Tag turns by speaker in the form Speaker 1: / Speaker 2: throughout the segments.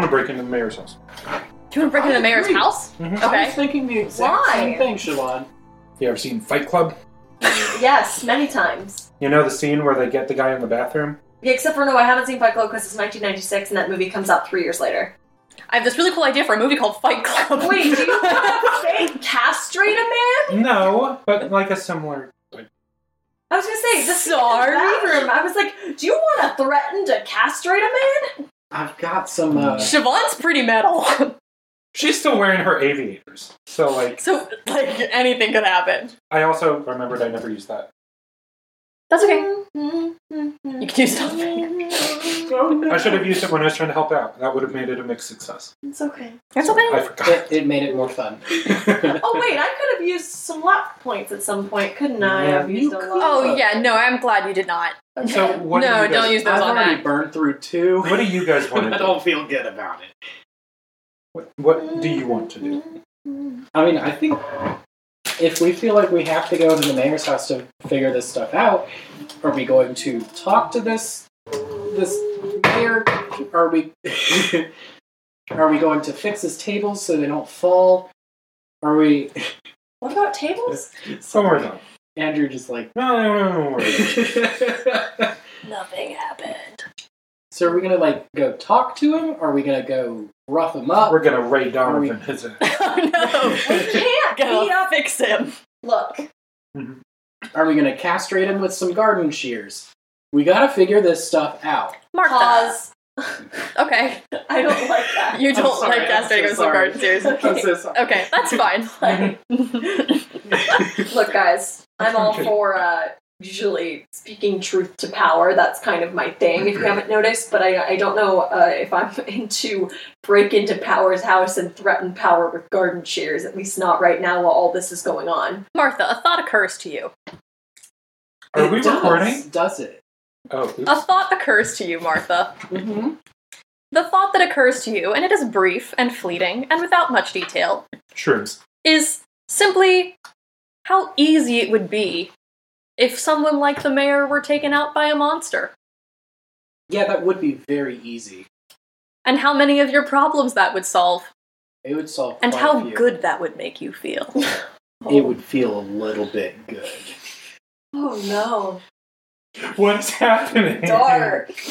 Speaker 1: mayor's house.
Speaker 2: You want to break into the mayor's
Speaker 3: agree.
Speaker 2: house?
Speaker 1: Mhm.
Speaker 3: I
Speaker 2: Okay.
Speaker 3: was thinking the exact
Speaker 2: Why?
Speaker 3: same thing, Siobhan.
Speaker 1: You ever seen Fight Club?
Speaker 2: Yes, many times.
Speaker 1: You know the scene where they get the guy in the bathroom?
Speaker 4: Yeah, except for no, I haven't seen Fight Club because it's 1996 and that movie comes out three years later.
Speaker 2: I have this really cool idea for a movie called Fight Club.
Speaker 4: Wait, do you fake castrate a man?
Speaker 1: No, but like a similar.
Speaker 4: I was gonna say, this
Speaker 2: Sorry.
Speaker 4: bathroom. I was like, do you want to threaten to castrate a man?
Speaker 3: I've got some. Uh,
Speaker 2: Siobhan's pretty metal,
Speaker 1: She's still wearing her aviators. So, like,
Speaker 2: so like anything could happen.
Speaker 1: I also remembered I never used that.
Speaker 2: That's okay.
Speaker 4: Mm-hmm.
Speaker 2: You can do something.
Speaker 3: oh, no.
Speaker 1: I should have used it when I was trying to help out. That would have made it a mixed success.
Speaker 4: It's okay.
Speaker 2: That's okay.
Speaker 1: I forgot.
Speaker 3: It, it made it more fun.
Speaker 4: Oh wait, I could have used some lap points at some point, couldn't I?
Speaker 1: Yeah,
Speaker 4: I've
Speaker 3: you
Speaker 4: used a
Speaker 3: could.
Speaker 4: lot.
Speaker 2: Oh yeah, no, I'm glad you did not.
Speaker 1: So, what do
Speaker 2: no,
Speaker 1: you guys-
Speaker 2: don't use those
Speaker 3: I've
Speaker 2: on
Speaker 3: already
Speaker 2: that.
Speaker 3: burned through two.
Speaker 1: What do you guys want
Speaker 3: I
Speaker 1: to do?
Speaker 3: don't feel good about it.
Speaker 1: What, what do you want to do?
Speaker 4: Mm-hmm.
Speaker 3: I mean, I think if we feel like we have to go to the mayor's house to figure this stuff out, are we going to talk to this this mayor? Are we are we going to fix his tables so they don't fall? Are we?
Speaker 4: What about tables?
Speaker 1: Don't worry about it.
Speaker 3: Andrew just like.
Speaker 1: No, no, no, no, don't worry.
Speaker 3: so
Speaker 2: Nothing happened.
Speaker 3: are we gonna like go talk to him? Are we gonna go rough him up?
Speaker 1: We're gonna raid
Speaker 3: Are we-
Speaker 1: Donovan. His ass.
Speaker 2: oh no.
Speaker 4: We can't
Speaker 2: Go
Speaker 4: beat up.
Speaker 2: fix him.
Speaker 4: Look,
Speaker 3: Are we gonna castrate him with some garden shears? We gotta figure this stuff out.
Speaker 2: Mark that.
Speaker 4: pause.
Speaker 2: Okay.
Speaker 4: I don't like that.
Speaker 2: You don't
Speaker 3: sorry,
Speaker 2: like
Speaker 3: I'm
Speaker 2: castrating
Speaker 3: so
Speaker 2: with some
Speaker 3: sorry.
Speaker 2: garden tears.
Speaker 3: I'm
Speaker 2: Okay.
Speaker 3: so sorry.
Speaker 2: Okay, that's fine.
Speaker 4: Like, look, guys, I'm all
Speaker 1: Okay.
Speaker 4: for uh, usually speaking truth to power. That's kind of my thing, if you haven't noticed. But I, I don't know uh, if I'm into break into Power's house and threaten Power with garden shears. At least not right now, while all this is going on.
Speaker 2: Martha, a thought occurs to you.
Speaker 1: Are
Speaker 3: It
Speaker 1: we
Speaker 3: does,
Speaker 1: recording?
Speaker 3: Does it?
Speaker 1: Oh, oops.
Speaker 2: A thought occurs to you, Martha.
Speaker 3: Mm-hmm.
Speaker 2: The thought that occurs to you, and it is brief and fleeting and without much detail,
Speaker 1: shrooms.
Speaker 2: is simply how easy it would be if someone like the mayor were taken out by a monster,
Speaker 3: Yeah, that would be very easy.
Speaker 2: and how many of your problems that would solve,
Speaker 3: It would solve.
Speaker 2: and
Speaker 3: quite a
Speaker 2: how
Speaker 3: few.
Speaker 2: good that would make you feel.
Speaker 3: It would feel a little bit good.
Speaker 4: Oh no,
Speaker 1: What is happening?
Speaker 4: dark.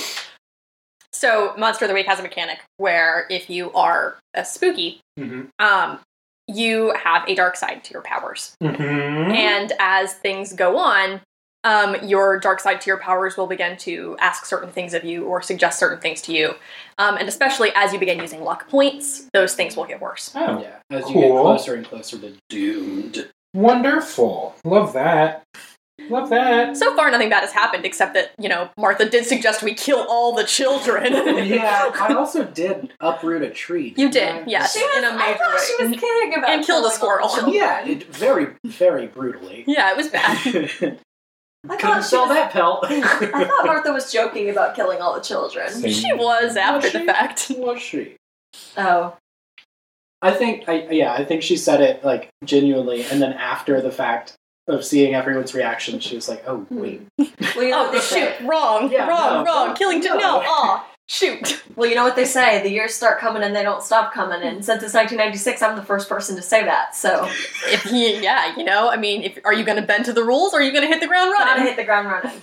Speaker 2: So, Monster of the Week has a mechanic where if you are a spooky,
Speaker 1: Mhm.
Speaker 2: um, you have a dark side to your powers.
Speaker 1: Mhm.
Speaker 2: And as things go on, um, your dark side to your powers will begin to ask certain things of you or suggest certain things to you. Um, and especially as you begin using luck points, those things will get worse.
Speaker 1: Oh,
Speaker 3: Yeah, as you get
Speaker 1: Cool.
Speaker 3: closer and closer to doomed.
Speaker 1: wonderful. Love that. Love that.
Speaker 2: So far, nothing bad has happened except that, you know, Martha did suggest we kill all the children.
Speaker 3: yeah, I also did uproot a tree.
Speaker 2: You
Speaker 3: didn't
Speaker 2: did,
Speaker 3: I?
Speaker 2: yes.
Speaker 4: She was,
Speaker 2: In a
Speaker 4: I
Speaker 2: major
Speaker 4: thought
Speaker 2: way.
Speaker 4: she was kidding about
Speaker 2: And killed a
Speaker 4: killing
Speaker 2: squirrel.
Speaker 4: all the children.
Speaker 3: Yeah, it, very, very brutally.
Speaker 2: yeah, it was bad.
Speaker 3: Couldn't
Speaker 4: I thought she
Speaker 3: sell
Speaker 4: was,
Speaker 3: that pelt.
Speaker 4: I thought Martha was joking about killing all the children.
Speaker 1: Same.
Speaker 2: She was after
Speaker 3: she?
Speaker 2: the fact.
Speaker 3: Was she?
Speaker 4: Oh,
Speaker 3: I think, I yeah, I think she said it like genuinely, and then after the fact of seeing everyone's reaction, she was like, "Oh wait,
Speaker 4: well, you know what
Speaker 2: Oh,
Speaker 4: they say.
Speaker 2: shoot, wrong,
Speaker 3: Yeah,
Speaker 2: wrong,
Speaker 3: no,
Speaker 2: wrong,
Speaker 3: don't-
Speaker 2: killing, no,
Speaker 3: no.
Speaker 2: no aw, shoot.
Speaker 4: Well, you know what they say: the years start coming and they don't stop coming.
Speaker 3: Hmm.
Speaker 4: And since it's 1996, I'm the first person to say that. So
Speaker 2: if he, yeah, you know, I mean, if are you going to bend to the rules or are you going to hit the ground
Speaker 4: gotta
Speaker 2: running?
Speaker 4: hit the ground running.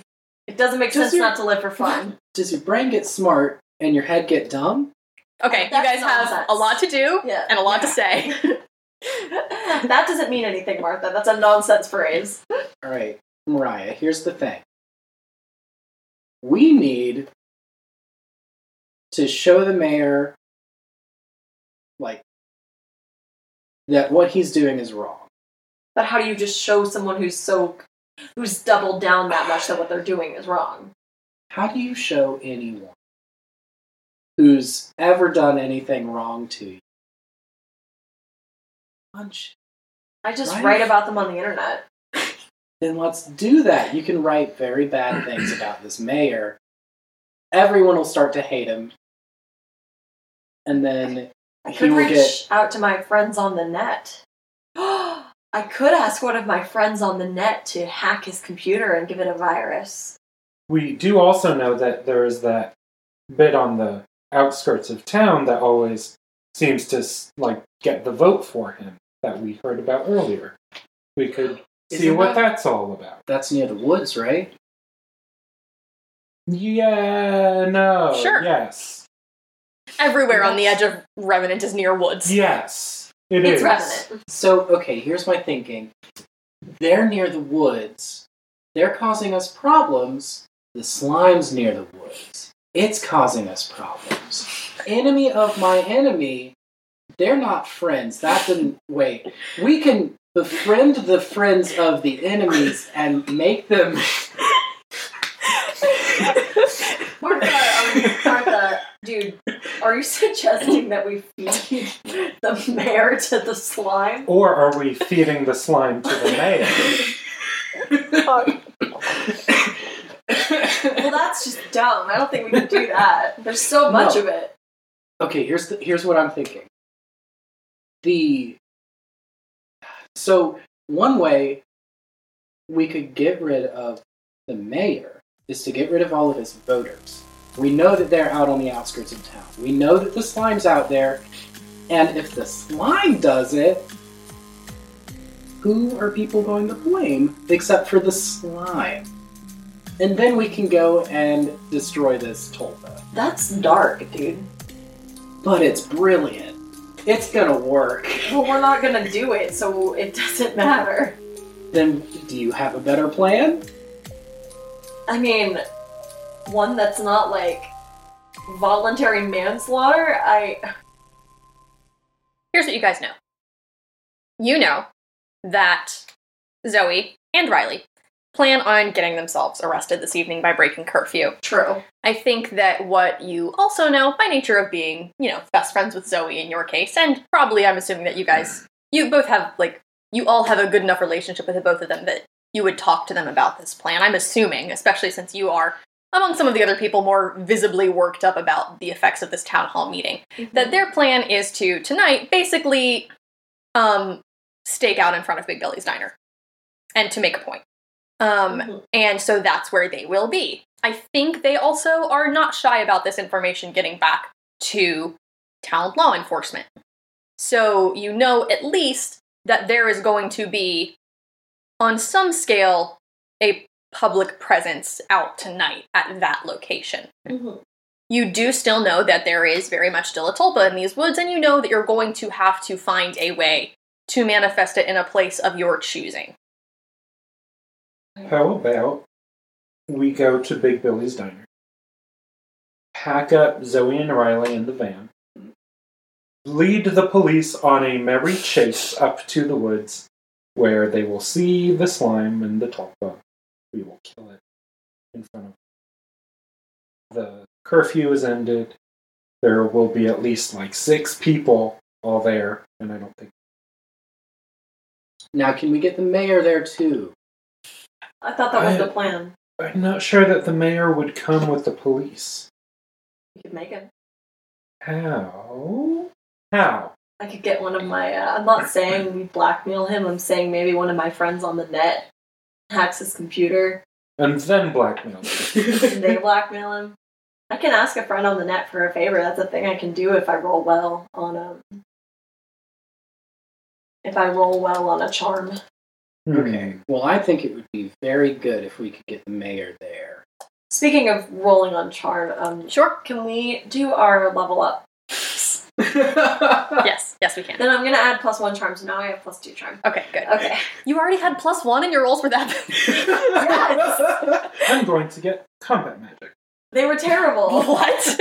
Speaker 4: It doesn't make
Speaker 3: Does
Speaker 4: sense
Speaker 3: your-
Speaker 4: not to live for fun.
Speaker 3: does your brain get smart and your head get dumb?"
Speaker 2: Okay, you
Speaker 4: That's
Speaker 2: guys have
Speaker 4: nonsense.
Speaker 2: a lot to do
Speaker 4: Yeah.
Speaker 2: and a lot to say.
Speaker 4: that doesn't mean anything, Martha. That's a nonsense phrase.
Speaker 3: All right, Mariah, here's the thing. We need to show the mayor, like, that what he's doing is wrong.
Speaker 4: But how do you just show someone who's so who's doubled down that much that what they're doing is wrong?
Speaker 3: How do you show anyone who's ever done anything wrong to you? Punch.
Speaker 4: I just
Speaker 3: Right.
Speaker 4: write about them on the internet.
Speaker 3: Then let's do that. You can write very bad things about this mayor. Everyone will start to hate him. And then
Speaker 4: I
Speaker 3: he
Speaker 4: could
Speaker 3: will
Speaker 4: reach
Speaker 3: get
Speaker 4: out to my friends on the net. I could ask one of my friends on the net to hack his computer and give it a virus.
Speaker 1: We do also know that there is that bit on the outskirts of town that always seems to s- like get the vote for him that we heard about earlier. We could see
Speaker 3: Isn't
Speaker 1: what
Speaker 3: that-
Speaker 1: that's all about.
Speaker 3: That's near the woods, right?
Speaker 1: Yeah, no.
Speaker 2: Sure.
Speaker 1: Yes.
Speaker 2: Everywhere on the edge of Revenant is near woods.
Speaker 1: Yes. It
Speaker 4: it's
Speaker 1: is.
Speaker 4: Revenant.
Speaker 3: So, okay, here's my thinking. They're near the woods. They're causing us problems. The slime's near the woods. It's causing us problems. Enemy of my enemy. They're not friends. That didn't. Wait. We can befriend the friends of the enemies and make them.
Speaker 4: Mordecai, are you, Martha, dude, are you suggesting that we feed the mare to the slime?
Speaker 1: Or are we feeding the slime to the mayor?
Speaker 4: Well, that's just dumb. I don't think we can do that. There's so much
Speaker 3: No.
Speaker 4: of it.
Speaker 3: okay here's the, here's what i'm thinking the so one way we could get rid of the mayor is to get rid of all of his voters we know that they're out on the outskirts of town we know that the slime's out there and if the slime does it who are people going to blame except for the slime and then we can go and destroy this tulpa
Speaker 4: That's dark, dude.
Speaker 3: but it's brilliant. It's gonna work.
Speaker 4: Well, we're not gonna do it, so it doesn't matter.
Speaker 3: Then do you have a better plan?
Speaker 4: I mean, one that's not like voluntary manslaughter. I
Speaker 2: Here's what you guys know. You know that Zoe and Riley plan on getting themselves arrested this evening by breaking curfew.
Speaker 4: true.
Speaker 2: I think that what you also know by nature of being, you know, best friends with Zoe in your case, and probably I'm assuming that you guys, you both have, like, you all have a good enough relationship with the both of them that you would talk to them about this plan. I'm assuming, especially since you are, among some of the other people, more visibly worked up about the effects of this town hall meeting, that their plan is to, tonight, basically, um, stake out in front of Big Billy's Diner and to make a point. Um,
Speaker 4: Mhm.
Speaker 2: and so that's where they will be. I think they also are not shy about this information getting back to town law enforcement. So you know at least that there is going to be, on some scale, a public presence out tonight at that location.
Speaker 4: Mhm.
Speaker 2: You do still know that there is very much still a tulpa in these woods, and you know that you're going to have to find a way to manifest it in a place of your choosing.
Speaker 1: How about we go to Big Billy's Diner, pack up Zoe and Riley in the van, lead the police on a merry chase up to the woods where they will see the slime and the tulpa. We will kill it in front of The curfew is ended. There will be at least like six people all there, and I don't think
Speaker 3: Now, can we get the mayor there too?
Speaker 4: I thought that was
Speaker 1: I-
Speaker 4: the plan.
Speaker 1: I'm not sure that the mayor would come with the police.
Speaker 4: You could make it.
Speaker 1: How? How?
Speaker 4: I could get one of my. Uh, I'm not saying we blackmail him. I'm saying maybe one of my friends on the net hacks his computer
Speaker 1: And then blackmail. them.
Speaker 4: and they blackmail him. I can ask a friend on the net for a favor. That's a thing I can do if I roll well on um. If I roll well on a charm.
Speaker 1: Hmm.
Speaker 3: Okay. Well, I think it would be very good if we could get the mayor there.
Speaker 4: Speaking of rolling on charm, um,
Speaker 2: Sure?
Speaker 4: can we do our level up?
Speaker 2: Yes, yes, we can.
Speaker 4: Then I'm gonna add plus one charm, so now I have plus two charm.
Speaker 2: Okay, good.
Speaker 4: Okay.
Speaker 2: You already had plus one in your rolls for that.
Speaker 1: I'm going to get combat magic.
Speaker 4: They were terrible.
Speaker 2: what?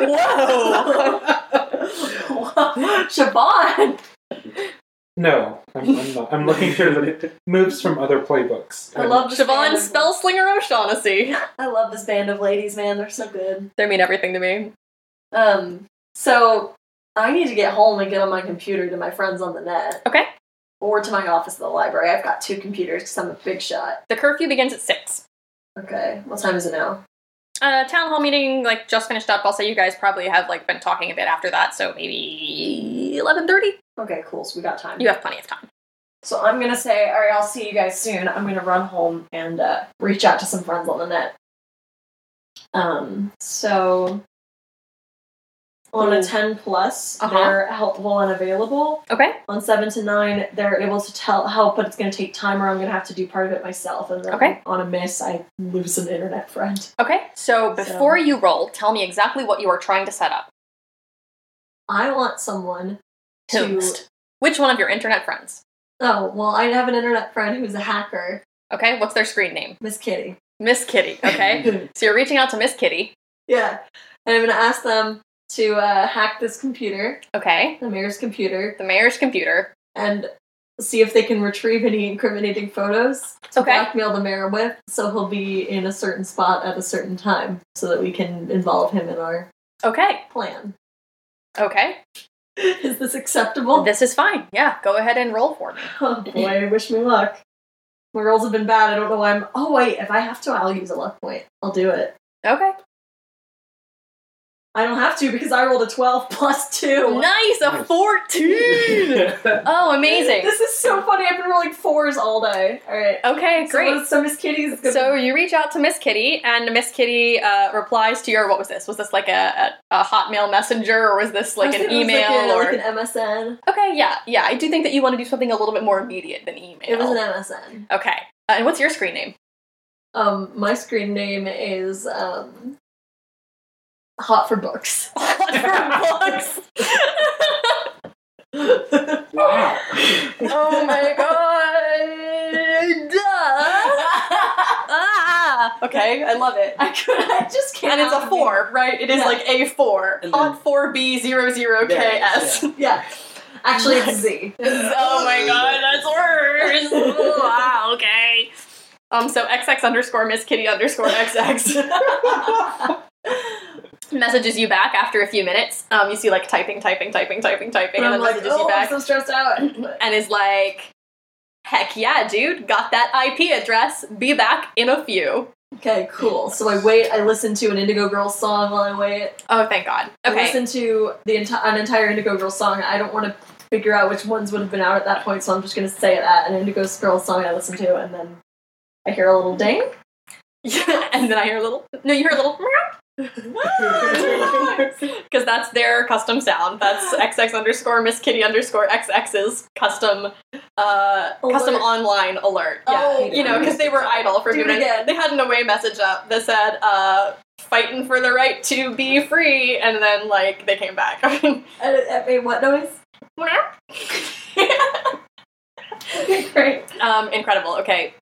Speaker 2: Whoa!
Speaker 4: Siobhan!
Speaker 1: No, I'm, I'm not. I'm looking through the moves from other playbooks.
Speaker 4: I love this band
Speaker 2: Siobhan
Speaker 4: of-
Speaker 2: Spellslinger O'Shaughnessy.
Speaker 4: I love this band of ladies, man. They're so good.
Speaker 2: They mean everything to me.
Speaker 4: Um, so I need to get home and get on my computer to my friends on the net.
Speaker 2: Okay.
Speaker 4: Or to my office at the library. I've got two computers because I'm a big shot.
Speaker 2: The curfew begins at 6.
Speaker 4: Okay. What time is it now?
Speaker 2: Uh, town hall meeting, like, just finished up. I'll say you guys probably have, like, been talking a bit after that, so maybe 11.30?
Speaker 4: Okay, cool. So we got time.
Speaker 2: You have plenty of time.
Speaker 4: So I'm gonna say, all right, I'll see you guys soon. I'm gonna run home and uh, reach out to some friends on the net. Um, so On a 10 plus,
Speaker 2: Uh-huh.
Speaker 4: they're helpful and available.
Speaker 2: Okay.
Speaker 4: On 7 to 9, they're able to tell help, but it's going to take time or I'm going to have to do part of it myself. And then
Speaker 2: Okay.
Speaker 4: on a miss, I lose an internet friend.
Speaker 2: Okay.
Speaker 4: So-
Speaker 2: So before you roll, tell me exactly what you are trying to set up.
Speaker 4: I want someone to.
Speaker 2: Toast. Which one of your internet friends?
Speaker 4: Oh, well, I have an internet friend who's a hacker,
Speaker 2: Okay. What's their screen name?
Speaker 4: Miss Kitty.
Speaker 2: Miss Kitty. Okay. so you're reaching out to Miss Kitty.
Speaker 4: yeah. And I'm going to ask them to uh, hack this computer,
Speaker 2: Okay.
Speaker 4: the mayor's computer,
Speaker 2: The mayor's computer.
Speaker 4: and see if they can retrieve any incriminating photos to
Speaker 2: Okay.
Speaker 4: blackmail the mayor with, so he'll be in a certain spot at a certain time, so that we can involve him in our
Speaker 2: Okay.
Speaker 4: plan.
Speaker 2: Okay.
Speaker 4: Is this acceptable?
Speaker 2: This is fine. Yeah. Go ahead and roll for me.
Speaker 4: oh boy, wish me luck. My rolls have been bad. I don't know why I'm. Oh wait, if I have to, I'll use a luck point. I'll do it.
Speaker 2: Okay.
Speaker 4: I don't have to because I rolled a twelve plus two.
Speaker 2: Nice. A
Speaker 1: Nice.
Speaker 2: 14. Oh, amazing.
Speaker 4: This is so funny. I've been rolling fours all day. All right.
Speaker 2: Okay. Great.
Speaker 4: So, so Miss Kitty's gonna
Speaker 2: So you reach out to Miss Kitty, and Miss Kitty uh, replies to your what was this? Was this like a, a, a Hotmail messenger, or was this like
Speaker 4: I was
Speaker 2: an
Speaker 4: thinking it
Speaker 2: email?
Speaker 4: was
Speaker 2: or
Speaker 4: like, a- like an MSN.
Speaker 2: okay, yeah, yeah. I do think that you want to do something a little bit more immediate than email.
Speaker 4: It was an MSN.
Speaker 2: okay. Uh, and what's your screen name?
Speaker 4: Um, my screen name is um, Hot for Books.
Speaker 2: Books.
Speaker 3: Wow.
Speaker 2: oh my god! Duh. Ah. Okay, I love it.
Speaker 4: I could. I just can't.
Speaker 2: And it's a four, right? It is
Speaker 4: Yeah.
Speaker 2: like a four.
Speaker 3: And then-
Speaker 2: Hot four B 0 0
Speaker 3: There
Speaker 2: K
Speaker 3: it is,
Speaker 2: S.
Speaker 4: Yeah. Actually, it's Z.
Speaker 2: oh my god, that's worse. wow, okay. Um, so XX underscore Miss Kitty underscore XX messages you back after a few minutes. Um, you see like typing, typing, typing, typing, typing,
Speaker 4: And
Speaker 2: and,
Speaker 4: I'm
Speaker 2: then
Speaker 4: like,
Speaker 2: messages
Speaker 4: oh,
Speaker 2: you
Speaker 4: I'm
Speaker 2: back
Speaker 4: so stressed out.
Speaker 2: and is like, heck yeah, dude, got that IP address. Be back in a few.
Speaker 4: okay, cool. So I wait. I listen to an Indigo Girls song while I wait.
Speaker 2: Oh, thank God.
Speaker 4: I
Speaker 2: Okay.
Speaker 4: listen to the enti- an entire Indigo Girls song. I don't want to figure out which ones would have been out at that point, so I'm just going to say that an Indigo Girls song I listen to, and then I hear a little ding.
Speaker 2: and then I hear a little. No, you hear a little. Because that's their custom sound. That's XX underscore Miss Kitty underscore XX's custom uh, custom
Speaker 4: Alert.
Speaker 2: online alert. Yeah,
Speaker 4: Oh,
Speaker 2: you know, because they were idle for a
Speaker 4: Do
Speaker 2: few
Speaker 4: it
Speaker 2: minutes.
Speaker 4: again.
Speaker 2: They had an away message up that said, uh, "Fighting for the right to be free," and then like they came back. Um,
Speaker 4: And it, it made what noise? Okay, Great.
Speaker 2: um, incredible. Okay.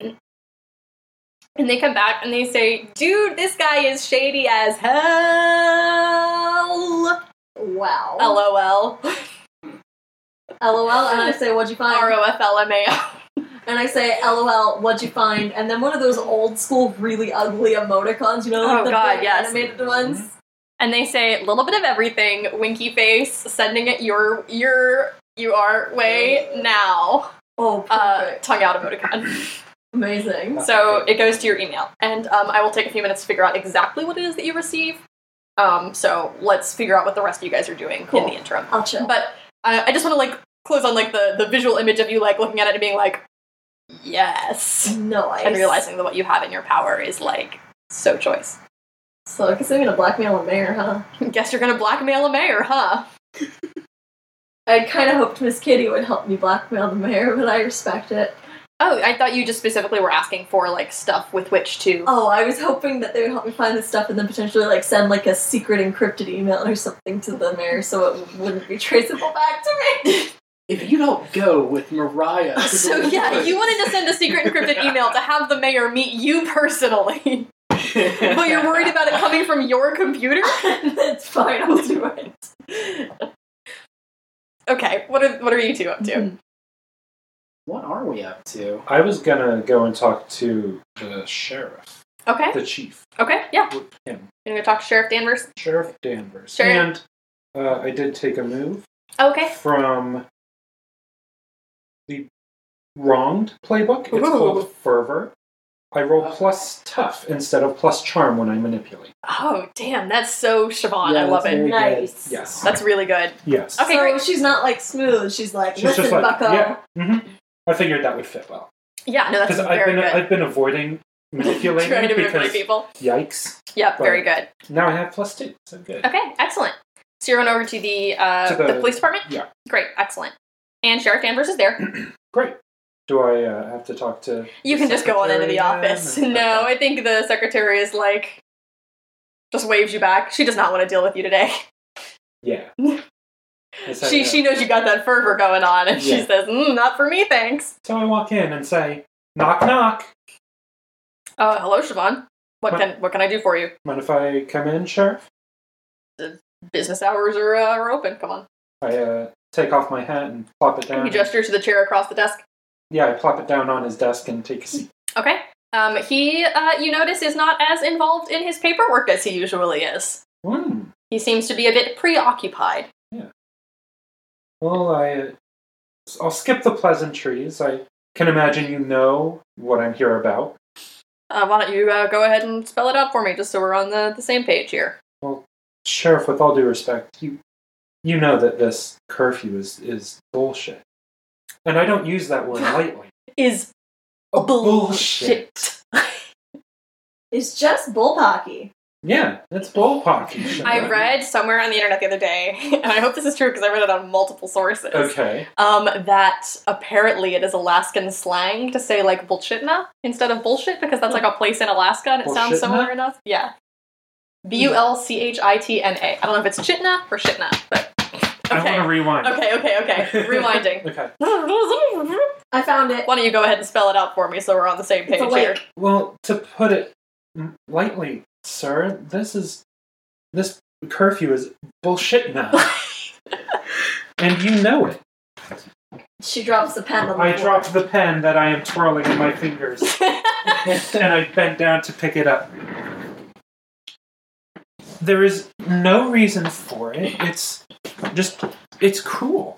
Speaker 2: And they come back and they say, "Dude, this guy is shady as hell."
Speaker 4: Wow.
Speaker 2: LOL.
Speaker 4: LOL, and I say, what'd you find?
Speaker 2: R O F L M A L.
Speaker 4: and I say, LOL, what'd you find? And then one of those old school, really ugly emoticons, you know, like
Speaker 2: Oh,
Speaker 4: the
Speaker 2: God,
Speaker 4: big
Speaker 2: yes. Mm-hmm.
Speaker 4: animated ones.
Speaker 2: and they say a little bit of everything winky face sending it your your you are way now
Speaker 4: Oh,
Speaker 2: uh,
Speaker 4: perfect.
Speaker 2: tongue out emoticon
Speaker 4: Amazing.
Speaker 2: so it goes to your email and um, i will take a few minutes to figure out exactly what it is that you receive um, so let's figure out what the rest of you guys are doing
Speaker 4: Cool.
Speaker 2: in the interim
Speaker 4: I'll chill.
Speaker 2: but uh, i just want to like close on like the, the visual image of you like looking at it and being like yes
Speaker 4: nice.
Speaker 2: and realizing that what you have in your power is like so choice
Speaker 4: So I guess I'm gonna blackmail a mayor, huh?
Speaker 2: guess you're gonna blackmail a mayor huh
Speaker 4: I kind of hoped Miss Kitty would help me blackmail the mayor, but I respect it.
Speaker 2: Oh, I thought you just specifically were asking for like stuff with which to.
Speaker 4: Oh, I was hoping that they would help me find this stuff and then potentially like send like a secret encrypted email or something to the mayor so it wouldn't be traceable back to me.
Speaker 3: If you don't go with Mariah, to
Speaker 2: So
Speaker 3: the
Speaker 2: yeah,
Speaker 3: woods-
Speaker 2: you wanted to send a secret encrypted email to have the mayor meet you personally, but you're worried about it coming from your computer.
Speaker 4: That's fine. I'll do it.
Speaker 2: Okay, what are what are you two up to?
Speaker 4: Mhm.
Speaker 3: What are we up to?
Speaker 1: I was gonna go and talk to the sheriff,
Speaker 2: Okay,
Speaker 1: the chief,
Speaker 2: okay, yeah.
Speaker 1: him,
Speaker 2: You're gonna talk to Sheriff Danvers.
Speaker 1: Sheriff Danvers,
Speaker 2: Sure.
Speaker 1: and uh, I did take a move
Speaker 2: Okay,
Speaker 1: from the wronged playbook. It's
Speaker 2: Ooh.
Speaker 1: called Fervor. I roll plus tough instead of plus charm when I manipulate.
Speaker 2: Oh damn, that's so Siobhan.
Speaker 3: Yeah,
Speaker 2: I love
Speaker 3: that's
Speaker 2: it.
Speaker 3: very-
Speaker 4: Nice.
Speaker 1: Yes.
Speaker 2: That's really good.
Speaker 1: Yes.
Speaker 2: Okay,
Speaker 4: so
Speaker 2: great.
Speaker 4: she's not like smooth. She's like,
Speaker 1: She's
Speaker 4: listen,
Speaker 1: just like,
Speaker 4: Bucko.
Speaker 1: yeah. mhm." I figured that would fit well
Speaker 2: Yeah, no, that's
Speaker 1: because I've
Speaker 2: very
Speaker 1: been
Speaker 2: good.
Speaker 1: I've been avoiding manipulating
Speaker 2: Trying to manipulate
Speaker 1: because
Speaker 2: people.
Speaker 1: yikes.
Speaker 2: Yep, very good.
Speaker 1: Now I have plus two, so good.
Speaker 2: Okay, excellent. So you're going over to the uh,
Speaker 1: To
Speaker 2: the,
Speaker 1: the-
Speaker 2: police department.
Speaker 1: yeah.
Speaker 2: Great. Excellent. And Sheriff Danvers is there.
Speaker 1: Great. Do I uh, have to talk to?
Speaker 2: You
Speaker 1: the
Speaker 2: can just go on into
Speaker 1: secretary
Speaker 2: the
Speaker 1: then?
Speaker 2: office. No,
Speaker 1: Okay.
Speaker 2: I think the secretary is like just waves you back. She does not want to deal with you today.
Speaker 1: Yeah. Yes, I uh,
Speaker 2: She
Speaker 1: know.
Speaker 2: she knows you got that fervor going on, and she
Speaker 1: Yeah.
Speaker 2: says, mm, "Not for me, thanks."
Speaker 1: So I walk in and say, "Knock, knock.
Speaker 2: Uh, hello, Siobhan. What
Speaker 1: What?
Speaker 2: can what can I do for you?
Speaker 1: Mind if I come in, sheriff?"
Speaker 2: Business hours are uh, are open. Come on.
Speaker 1: I uh, take off my hat and plop it down.
Speaker 2: You gesture to the chair across the desk.
Speaker 1: Yeah, I plop it down on his desk and take a seat.
Speaker 2: Okay. Um, he uh, you notice is not as involved in his paperwork as he usually is.
Speaker 1: Hmm.
Speaker 2: He seems to be a bit preoccupied.
Speaker 1: Well, I, uh, I'll skip the pleasantries. I can imagine you know what I'm here about.
Speaker 2: Uh, why don't you uh, go ahead and spell it out for me, just so we're on the, the same page here?
Speaker 1: Sheriff, with all due respect, you you know that this curfew is is bullshit, and I don't use that word lightly.
Speaker 2: Is bullshit.
Speaker 4: It's just bull pocky.
Speaker 1: Yeah, it's bull pocky. Sheriff.
Speaker 2: I read somewhere on the internet the other day, and I hope this is true because I read it on multiple sources.
Speaker 1: Okay.
Speaker 2: Um, that apparently it is Alaskan slang to say like bullshitna instead of bullshit because that's like a place in Alaska and it sounds
Speaker 1: Bullshitna?
Speaker 2: similar enough. Yeah. B U L C H I T N A. I don't know if it's chitna or shitna, but
Speaker 1: I want
Speaker 2: okay.
Speaker 1: to rewind.
Speaker 2: Okay, okay, okay. Rewinding.
Speaker 1: Okay.
Speaker 2: Why
Speaker 4: I found it.
Speaker 2: don't you go ahead and spell it out for me so we're on the same
Speaker 4: It's
Speaker 2: page
Speaker 4: a lake.
Speaker 2: here?
Speaker 1: Well, to put it lightly, sir, this is this curfew is bullshit now, and you know it.
Speaker 4: She drops the pen on the
Speaker 1: I
Speaker 4: floor.
Speaker 1: dropped the pen that I am twirling in my fingers, and I bent down to pick it up. There is no reason for it. It's just, it's cool.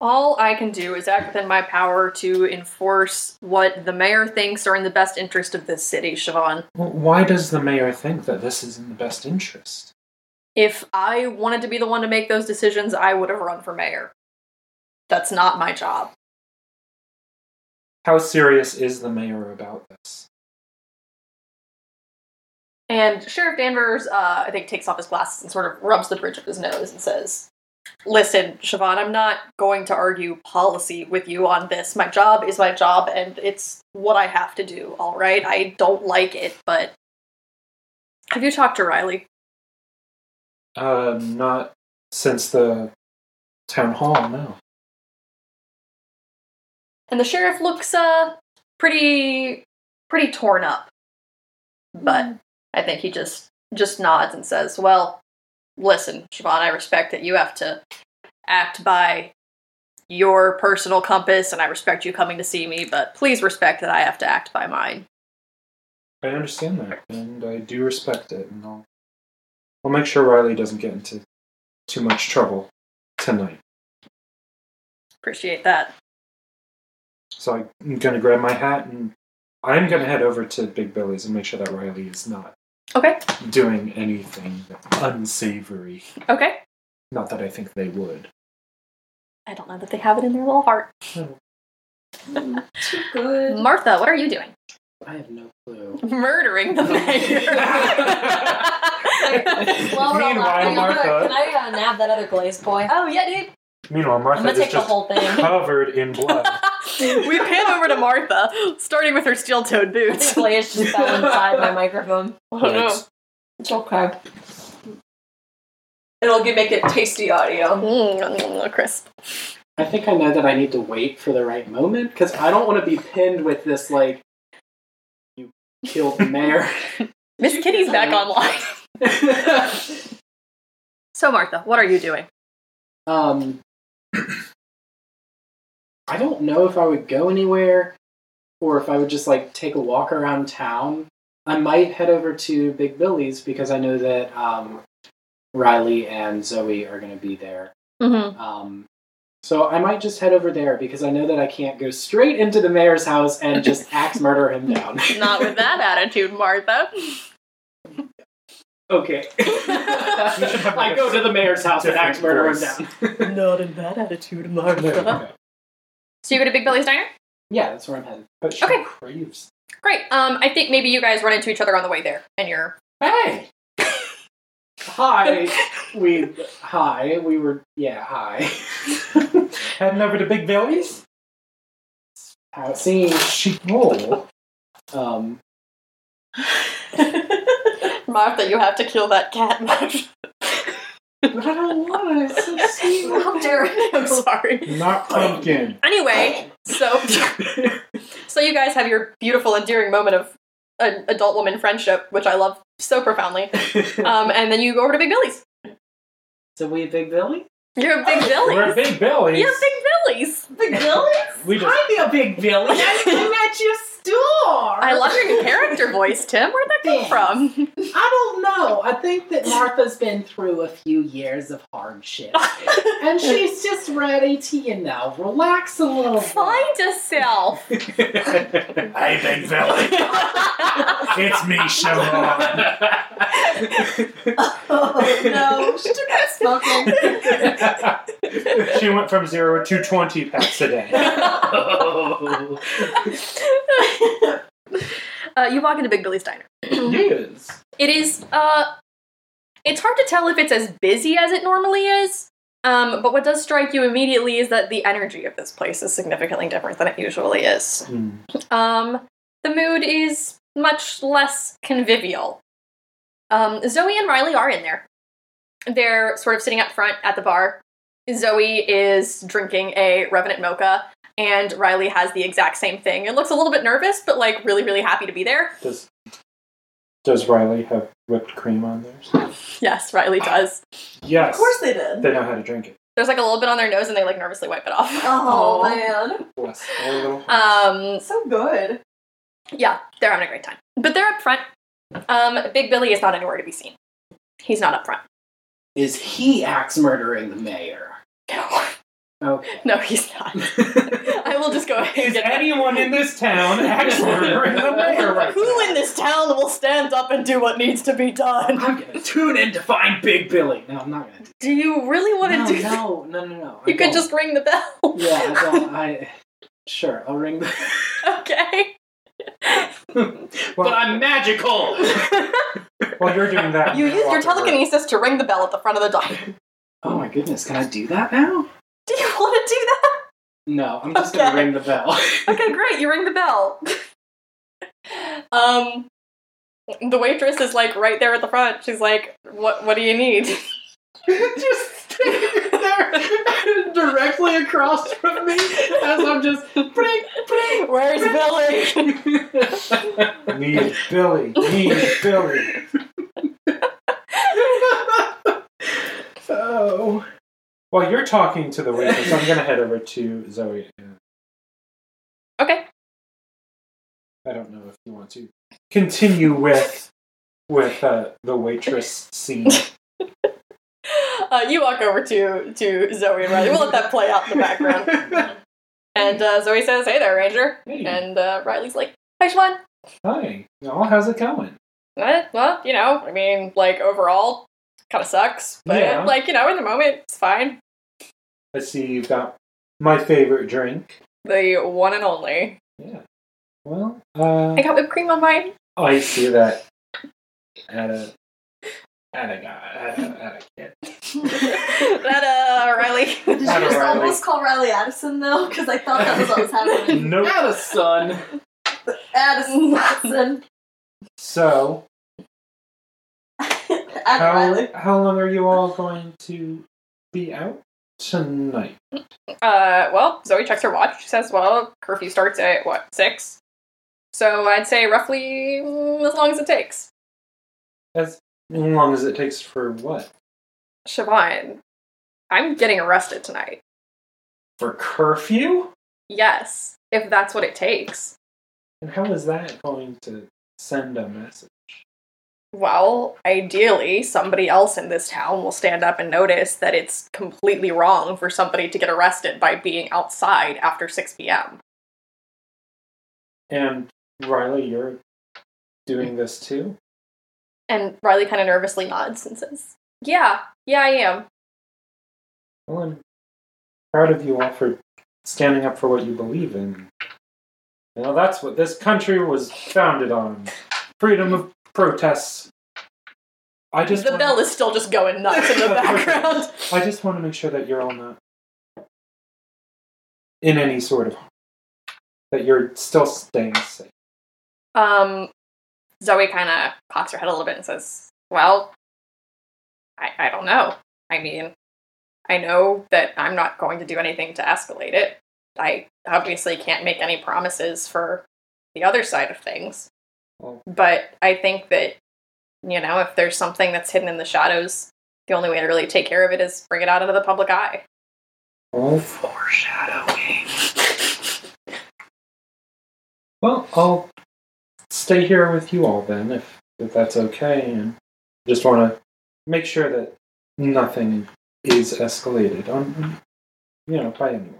Speaker 2: All I can do is act within my power to enforce what the mayor thinks are in the best interest of this city, Siobhan.
Speaker 1: Well, why does the mayor think that this is in the best interest?
Speaker 2: If I wanted to be the one to make those decisions, I would have run for mayor. That's not my job.
Speaker 1: How serious is the mayor about this?
Speaker 2: And Sheriff Danvers, uh, I think, takes off his glasses and sort of rubs the bridge of his nose and says, Listen, Siobhan, I'm not going to argue policy with you on this. My job is my job, and it's what I have to do, all right? I don't like it, but. Have you talked to Riley?
Speaker 1: Uh, not since the town hall, no.
Speaker 2: And the sheriff looks uh pretty pretty torn up. But I think he just just nods and says, "Well, listen, Siobhan, I respect that you have to act by your personal compass and I respect you coming to see me, but please respect that I have to act by mine."
Speaker 1: I understand that, and I do respect it, and I'll, I'll make sure Riley doesn't get into too much trouble tonight.
Speaker 2: Appreciate that.
Speaker 1: So I'm gonna grab my hat and I'm gonna head over to Big Billy's and make sure that Riley is not
Speaker 2: Okay.
Speaker 1: doing anything unsavory.
Speaker 2: Okay.
Speaker 1: Not that I think they would.
Speaker 2: I don't know that they have it in their little heart.
Speaker 4: Too good.
Speaker 2: Martha, what are you doing?
Speaker 3: I have no clue.
Speaker 2: Murdering the mayor.
Speaker 4: Well, we're all
Speaker 1: Meanwhile,
Speaker 4: laughing.
Speaker 1: Martha-
Speaker 4: Can I, can I, uh, nab that other glazed boy?
Speaker 2: oh, yeah, dude.
Speaker 1: Meanwhile,
Speaker 4: I'm
Speaker 1: Martha
Speaker 4: gonna
Speaker 1: is
Speaker 4: take the
Speaker 1: just
Speaker 4: whole thing.
Speaker 1: covered in blood.
Speaker 2: we pan over to Martha, starting with her steel-toed
Speaker 4: This
Speaker 2: boots.
Speaker 4: glaze just fell inside my microphone.
Speaker 2: Oh,
Speaker 1: Yikes.
Speaker 4: It's okay. It'll gi- make it tasty audio.
Speaker 2: Mm, crisp.
Speaker 3: I think I know that I need to wait for the right moment because I don't want to be pinned with this like you killed the mayor.
Speaker 2: Miss Kitty's back online. So, Martha, what are you doing?
Speaker 3: um, I don't know if I would go anywhere or if I would just like take a walk around town. I might head over to Big Billy's because I know that um, Riley and Zoe are going to be there.
Speaker 2: Mm-hmm.
Speaker 3: Um, so I might just head over there because I know that I can't go straight into the mayor's house and just axe murder him down.
Speaker 2: Not with that attitude, Martha.
Speaker 3: Okay. I go to the mayor's house and axe murder him down.
Speaker 2: Not in that attitude,
Speaker 1: There we go.
Speaker 2: So you go to Big Billy's Diner?
Speaker 3: Yeah, that's where I'm headed.
Speaker 1: But she
Speaker 2: Okay.
Speaker 1: craves.
Speaker 2: Great. Um, I think maybe you guys run into each other on the way there, and you're
Speaker 3: Hey! hi, we hi, we were yeah hi.
Speaker 1: Heading over to Big Billy's?
Speaker 3: How it seems.
Speaker 1: She roll.
Speaker 3: Um,
Speaker 2: Martha, you have to kill that cat. Martha.
Speaker 3: I don't want to. So sweet.
Speaker 4: How dare
Speaker 2: I'm sorry.
Speaker 1: Not pumpkin.
Speaker 2: Anyway, so so you guys have your beautiful, endearing moment of an adult woman friendship, which I love so profoundly. Um, and then you go over to Big Billy's.
Speaker 3: So we a big Billy?
Speaker 2: You're a Big Billy's.
Speaker 1: We're at Big Billy's.
Speaker 2: You're a Big Billy's.
Speaker 4: Big Billy?
Speaker 1: We just
Speaker 3: I'm a big Billy. I'm at your store.
Speaker 2: I love your new character voice, Tim. Where'd that come from?
Speaker 3: I don't know. I think that Martha's been through a few years of hardship. and she's just ready to, you know, relax a little bit.
Speaker 2: Find yourself.
Speaker 1: hey, Big Billy. It's me, Siobhan.
Speaker 4: Oh no, she took out smoking.
Speaker 1: she went from zero to 20 packs a day.
Speaker 3: Oh.
Speaker 2: Uh, you walk into Big Billy's diner.
Speaker 1: yes.
Speaker 2: It is uh it's hard to tell if it's as busy as it normally is. Um, but what does strike you immediately is that the energy of this place is significantly different than it usually is.
Speaker 1: Hmm.
Speaker 2: Um, the mood is much less convivial. Um, Zoe and Riley are in there. They're sort of sitting up front at the bar. Zoe is drinking a Revenant mocha, and Riley has the exact same thing. It looks a little bit nervous, but like really, really happy to be there.
Speaker 1: Does, does Riley have whipped cream on theirs?
Speaker 2: Yes, Riley does.
Speaker 1: Yes.
Speaker 4: Of course they did.
Speaker 1: They know how to drink it.
Speaker 2: There's like a little bit on their nose, and they like nervously wipe it off.
Speaker 4: Oh
Speaker 3: Aw.
Speaker 4: man.
Speaker 1: Bless their little hearts.
Speaker 2: Um,
Speaker 4: So good.
Speaker 2: yeah, they're having a great time, but they're up front. Um, Big Billy is not anywhere to be seen. He's not up front.
Speaker 3: Is he axe murdering the mayor?
Speaker 2: No,
Speaker 3: Okay.
Speaker 2: no, he's not. I will just go ahead. and
Speaker 1: Is
Speaker 2: get that.
Speaker 1: anyone in this town actually murdering the mayor right
Speaker 2: Who
Speaker 1: now?
Speaker 2: in this town will stand up and do what needs to be done?
Speaker 3: I'm gonna tune in to find Big Billy. No, I'm not gonna do
Speaker 2: Do you really want to
Speaker 3: no,
Speaker 2: do that?
Speaker 3: no, no, no, no. I
Speaker 2: You could
Speaker 3: don't.
Speaker 2: just ring the bell.
Speaker 3: Yeah, I don't I sure, I'll ring the
Speaker 2: okay.
Speaker 1: Well-
Speaker 3: But I'm magical!
Speaker 1: Well, you're doing that.
Speaker 2: You used your
Speaker 1: Walk over.
Speaker 2: telekinesis to ring the bell at the front of the diner.
Speaker 3: Oh my goodness, can I do that now?
Speaker 2: Do you want to do that?
Speaker 3: No, I'm just gonna
Speaker 2: Okay.
Speaker 3: ring the bell.
Speaker 2: okay, great. You ring the bell. um, the waitress is like right there at the front. She's like, "What? What do you need?"
Speaker 3: just standing there directly across from me as I'm just bring, bring.
Speaker 2: Where's Billy?
Speaker 1: Need Billy. Need Billy.
Speaker 3: oh.
Speaker 1: While you're talking to the waitress, I'm going to head over to Zoe. and
Speaker 2: okay.
Speaker 1: I don't know if you want to continue with with uh, the waitress scene.
Speaker 2: Uh, you walk over to to Zoe and Riley. We'll let that play out in the background. And uh, Zoe says, "Hey there, Ranger."
Speaker 1: Hey,
Speaker 2: And uh, Riley's like, "Hi, Schwan."
Speaker 1: hi. Well, how's it going?
Speaker 2: What? Well, you know, I mean, like overall, kind of sucks, but
Speaker 1: Yeah.
Speaker 2: like you know, in the moment, it's fine.
Speaker 1: I see you've got my favorite drink.
Speaker 2: The one and only.
Speaker 1: Yeah. Well,
Speaker 2: I
Speaker 1: uh,
Speaker 2: got whipped cream on mine.
Speaker 1: I see that at a at a guy at a, at a kid.
Speaker 2: that uh, Riley.
Speaker 4: Did you
Speaker 1: Not
Speaker 4: just
Speaker 1: Riley.
Speaker 4: almost call Riley Addison though? Because I thought that was what was happening.
Speaker 1: Nope.
Speaker 3: Not a son.
Speaker 4: Addison Addison.
Speaker 1: So
Speaker 4: Add
Speaker 1: how
Speaker 4: Riley.
Speaker 1: how long are you all going to be out tonight?
Speaker 2: Uh, well, Zoe checks her watch. She says, "Well, curfew starts at what six? So I'd say roughly mm, as long as it takes."
Speaker 1: As long as it takes for what?
Speaker 2: Siobhan, I'm getting arrested tonight.
Speaker 1: For curfew?
Speaker 2: Yes, if that's what it takes.
Speaker 1: And how is that going to send a message?
Speaker 2: Well, ideally, somebody else in this town will stand up and notice that it's completely wrong for somebody to get arrested by being outside after 6 p.m.
Speaker 1: And Riley, you're doing this too?
Speaker 2: And Riley kind of nervously nods and says, Yeah, yeah, I am.
Speaker 1: Well, I'm proud of you all for standing up for what you believe in. Now, that's what this country was founded on freedom of protests. I just
Speaker 2: the
Speaker 1: wanna-
Speaker 2: bell is still just going nuts in the background.
Speaker 1: I just want to make sure that you're all not in any sort of harm. That you're still staying safe.
Speaker 2: Um, Zoe kind of cocks her head a little bit and says, "Well, I, I don't know. I mean, I know that I'm not going to do anything to escalate it. I obviously can't make any promises for the other side of things,
Speaker 1: Well-
Speaker 2: but I think that you know if there's something that's hidden in the shadows." The only way to really take care of it is bring it out into the public eye.
Speaker 3: Foreshadowing.
Speaker 1: Well, I'll stay here with you all then, if, if that's okay. And just want to make sure that nothing is escalated on, you know, by anyone.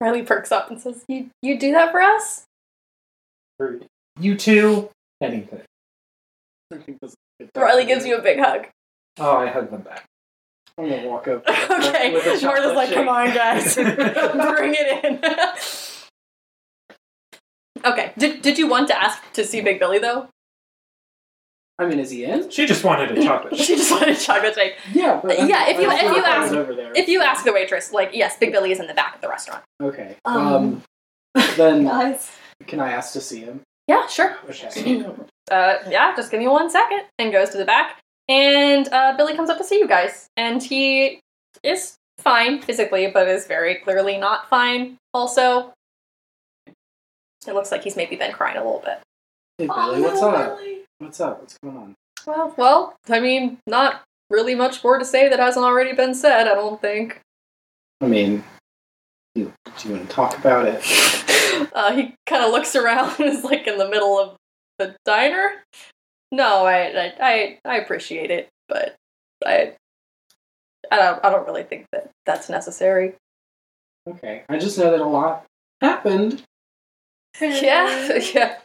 Speaker 2: Riley perks up and says, "You you do that for us?"
Speaker 1: Or you two, anything.
Speaker 3: I think this is a good
Speaker 2: Riley gives you a big hug.
Speaker 1: Oh, I hug them back.
Speaker 3: I'm gonna walk over.
Speaker 2: Okay,
Speaker 3: with a
Speaker 2: Martha's
Speaker 3: chocolate
Speaker 2: like,
Speaker 3: shake.
Speaker 2: come on, guys, bring it in. okay, did, did you want to ask to see Big Billy though?
Speaker 3: I mean, is he in?
Speaker 1: She just wanted a chocolate.
Speaker 2: She just wanted chocolate shake.
Speaker 3: Yeah. But I-
Speaker 2: Yeah, if
Speaker 3: I
Speaker 2: you-
Speaker 3: thought
Speaker 2: if you
Speaker 3: I was
Speaker 2: ask-
Speaker 3: over there.
Speaker 2: If you ask the waitress, like, yes, Big Billy is in the back of the restaurant.
Speaker 3: Okay. Um.
Speaker 2: Um.
Speaker 3: then
Speaker 4: Guys,
Speaker 3: can I ask to see him?
Speaker 2: Yeah, sure.
Speaker 3: Okay.
Speaker 2: Uh, yeah, just give me one second. And goes to the back. And uh, Billy comes up to see you guys. And he is fine physically, but is very clearly not fine also. It looks like he's maybe been crying a little bit.
Speaker 3: Hey Billy,
Speaker 4: oh,
Speaker 3: what's
Speaker 4: no,
Speaker 3: up?
Speaker 4: Billy.
Speaker 3: What's up? What's going on?
Speaker 2: Well, well, I mean, not really much more to say that hasn't already been said, I don't think.
Speaker 3: I mean, you, do you want to talk about it?
Speaker 2: uh, he kind of looks around and is like in the middle of the diner. No, I, I, I, I appreciate it, but I, I don't, I don't really think that that's necessary.
Speaker 3: Okay. I just know that a lot happened.
Speaker 2: Yeah, yeah,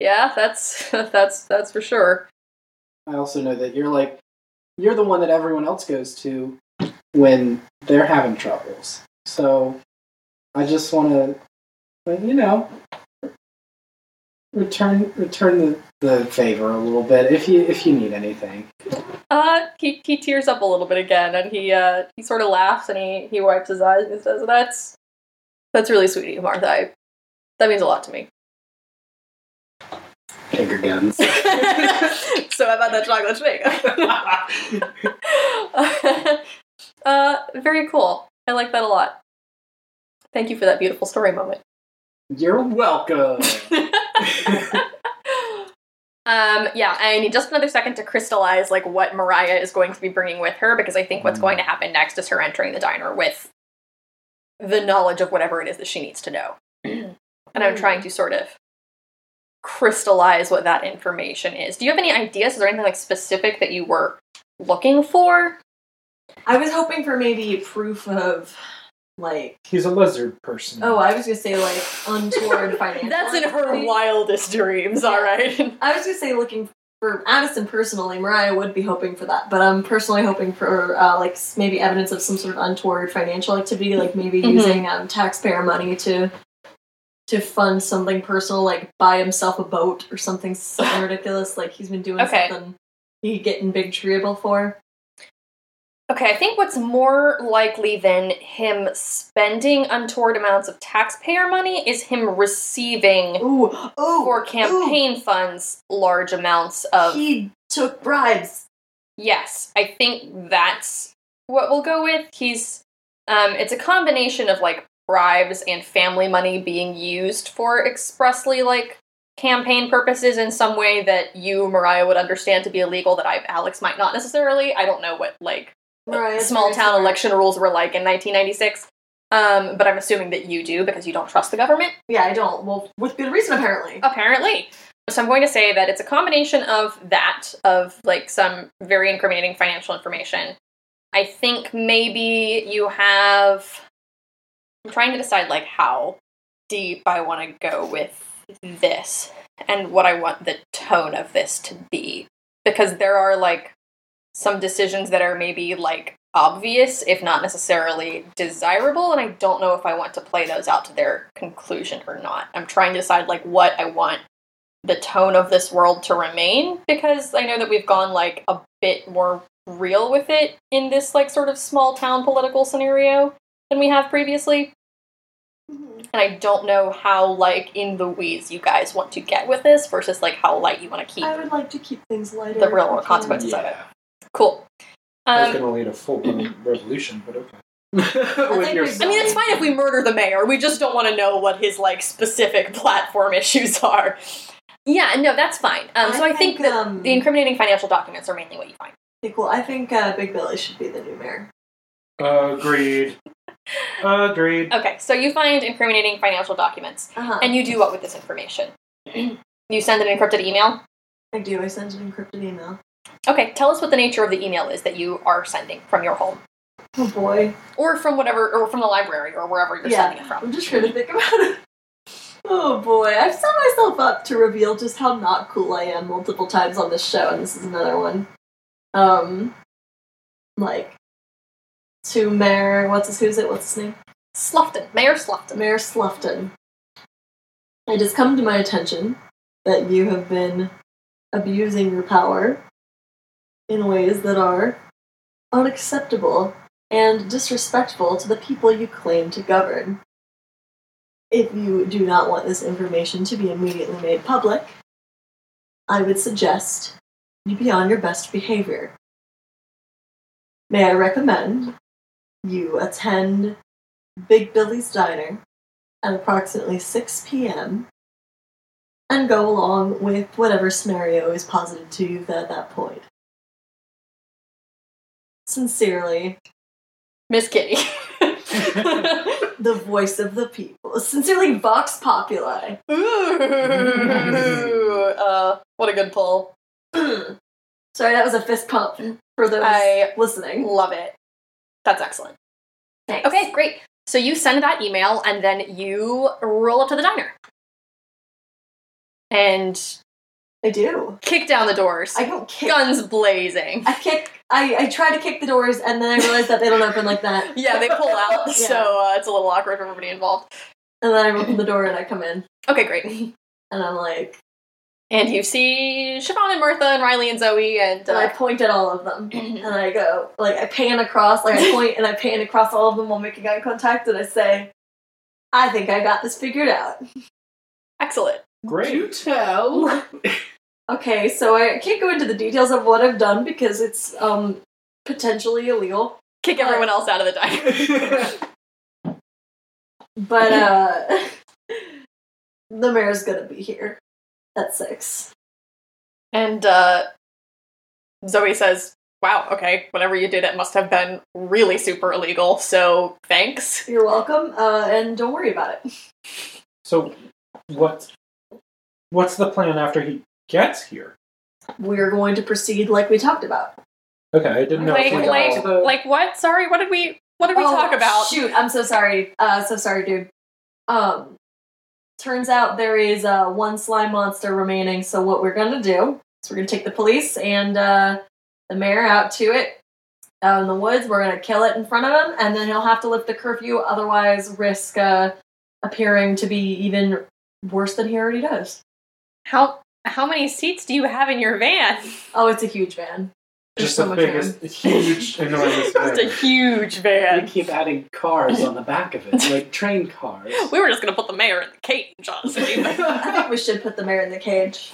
Speaker 2: yeah. That's that's that's for sure.
Speaker 3: I also know that you're like you're the one that everyone else goes to when they're having troubles. So I just want to, like, you know, return return the, the favor a little bit if you if you need anything.
Speaker 2: Uh, he he tears up a little bit again, and he uh he sort of laughs and he he wipes his eyes and he says, "That's that's really sweet of you, Martha. I, that means a lot to me."
Speaker 3: Take your guns.
Speaker 2: so how about that chocolate shake? uh, very cool. I like that a lot. Thank you for that beautiful story moment.
Speaker 3: You're welcome.
Speaker 2: um, yeah, I need just another second to crystallize like what Mariah is going to be bringing with her because I think what's going to happen next is her entering the diner with the knowledge of whatever it is that she needs to know. and I'm trying to sort of crystallize what that information is. Do you have any ideas? Is there anything like specific that you were looking for?
Speaker 4: I was hoping for maybe proof of, like,
Speaker 1: He's a lizard person.
Speaker 4: oh, I was gonna say like untoward financial.
Speaker 2: That's in her
Speaker 4: activity.
Speaker 2: wildest dreams, all right.
Speaker 4: I was gonna say looking for Addison personally. Mariah would be hoping for that, but I'm personally hoping for uh, like s- maybe evidence of some sort of untoward financial activity, like maybe
Speaker 2: Mhm.
Speaker 4: using um, taxpayer money to to fund something personal, like buy himself a boat or something so ridiculous, like he's been doing
Speaker 2: Okay.
Speaker 4: something he could get in big trouble for.
Speaker 2: Okay, I think what's more likely than him spending untoward amounts of taxpayer money is him receiving
Speaker 4: Ooh, oh,
Speaker 2: for uh, campaign funds large amounts of.
Speaker 4: he took bribes.
Speaker 2: yes, I think that's what we'll go with. He's. Um, it's a combination of like bribes and family money being used for expressly like campaign purposes in some way that you, Mariah, would understand to be illegal that I, Alex, might not necessarily. I don't know what like
Speaker 4: Mariah's
Speaker 2: small
Speaker 4: very
Speaker 2: town
Speaker 4: smart.
Speaker 2: election rules were like in 1996. Um, but I'm assuming that you do because you don't trust the government,
Speaker 4: Yeah, I don't. Well, with good reason apparently.
Speaker 2: Oh. apparently. So I'm going to say that it's a combination of that, of like some very incriminating financial information. I think maybe you have. I'm trying to decide like how deep I want to go with this and what I want the tone of this to be because there are like some decisions that are maybe like obvious if not necessarily desirable and I don't know if I want to play those out to their conclusion or not. I'm trying to decide like what I want the tone of this world to remain because I know that we've gone like a bit more real with it in this like sort of small town political scenario than we have previously.
Speaker 4: Mm-hmm.
Speaker 2: And I don't know how like in the weeds you guys want to get with this versus like how light you want to keep
Speaker 4: I would like to keep things lighter.
Speaker 2: the real
Speaker 4: if
Speaker 2: world
Speaker 4: I can.
Speaker 2: consequences of it. Cool.
Speaker 1: I was
Speaker 2: Um,
Speaker 1: going to lead a full blown revolution, but okay.
Speaker 3: With
Speaker 4: think
Speaker 3: your
Speaker 4: we-
Speaker 2: I mean, it's fine if we murder the mayor. We just don't want to know what his like specific platform issues are. Yeah, no, that's fine. Um, so I think that
Speaker 4: um,
Speaker 2: the incriminating financial documents are mainly what you find.
Speaker 4: equal. I think uh, Big Billy should be the new mayor.
Speaker 1: Agreed. Agreed.
Speaker 2: Okay, so you find incriminating financial documents,
Speaker 4: Uh-huh.
Speaker 2: and you do what with this information? You send an encrypted email.
Speaker 4: I do. I send an encrypted email.
Speaker 2: Okay, tell us what the nature of the email is that you are sending from your home,
Speaker 4: Oh boy,
Speaker 2: or from whatever, or from the library, or wherever you're
Speaker 4: Yeah.
Speaker 2: sending it from.
Speaker 4: I'm just trying to think about it. Oh boy, I've set myself up to reveal just how not cool I am multiple times on this show, and this is another one. Um, like to Mayor, what's his who's it? What's his name?
Speaker 2: Slufton, Mayor Slufton.
Speaker 4: Mayor Slufton, it has come to my attention that you have been abusing your power in ways that are unacceptable and disrespectful to the people you claim to govern. If you do not want this information to be immediately made public, I would suggest you be on your best behavior. May I recommend you attend Big Billy's Diner at approximately 6 p.m. and go along with whatever scenario is posited to you at that point. Sincerely,
Speaker 2: Miss Kitty.
Speaker 4: the voice of the people. Sincerely, Vox Populi.
Speaker 2: Ooh, uh, what a good pull.
Speaker 4: Sorry, that was a fist pump for those
Speaker 2: I-
Speaker 4: listening.
Speaker 2: Love it. That's excellent.
Speaker 4: Thanks.
Speaker 2: Okay, great. So you send that email and then you roll up to the diner and
Speaker 4: I do.
Speaker 2: kick down the doors,
Speaker 4: I don't kick.
Speaker 2: guns blazing.
Speaker 4: I kick. I, I try to kick the doors, and then I realize that they don't open like that.
Speaker 2: Yeah, they pull out,
Speaker 4: Yeah.
Speaker 2: so uh, it's a little awkward for everybody involved.
Speaker 4: And then I open the door and I come in,
Speaker 2: Okay, great.
Speaker 4: and I'm like,
Speaker 2: And you see Siobhan and Martha and Riley and Zoe and
Speaker 4: And I
Speaker 2: uh,
Speaker 4: point at all of them. And I go, like, I pan across, like, I point and I pan across all of them while making eye contact, and I say, I think I got this figured out.
Speaker 2: excellent.
Speaker 3: You
Speaker 1: Great.
Speaker 3: tell.
Speaker 4: Okay, so I can't go into the details of what I've done because it's um potentially illegal.
Speaker 2: Kick everyone else out of the diner.
Speaker 4: But uh the mayor's gonna be here at six.
Speaker 2: And uh, Zoe says, Wow, okay, whatever you did, it must have been really super illegal, so thanks.
Speaker 4: You're welcome, uh, and don't worry about it.
Speaker 1: So, what? What's the plan after he gets here?
Speaker 4: We're going to proceed like we talked about.
Speaker 1: Okay, I didn't know.
Speaker 2: Like,
Speaker 1: if we got
Speaker 2: like-
Speaker 1: all-
Speaker 2: Like what? Sorry, what did we what did we
Speaker 4: Oh,
Speaker 2: talk about?
Speaker 4: Shoot, I'm so sorry. Uh, so sorry, dude. Um, turns out there is uh, one slime monster remaining. So what we're gonna do is we're gonna take the police and uh, the mayor out to it out in the woods. We're gonna kill it in front of him, and then he'll have to lift the curfew. Otherwise, risk uh, appearing to be even worse than he already does.
Speaker 2: How how many seats do you have in your van?
Speaker 4: Oh, it's a huge van.
Speaker 1: just
Speaker 4: so
Speaker 1: the
Speaker 4: much
Speaker 1: biggest, huge, enormous.
Speaker 2: It's a
Speaker 1: thing.
Speaker 2: huge
Speaker 3: We
Speaker 2: van.
Speaker 3: keep adding cars on the back of it, like train cars.
Speaker 2: We were just gonna put the mayor in the cage, honestly. but-
Speaker 4: I think we should put the mayor in the cage,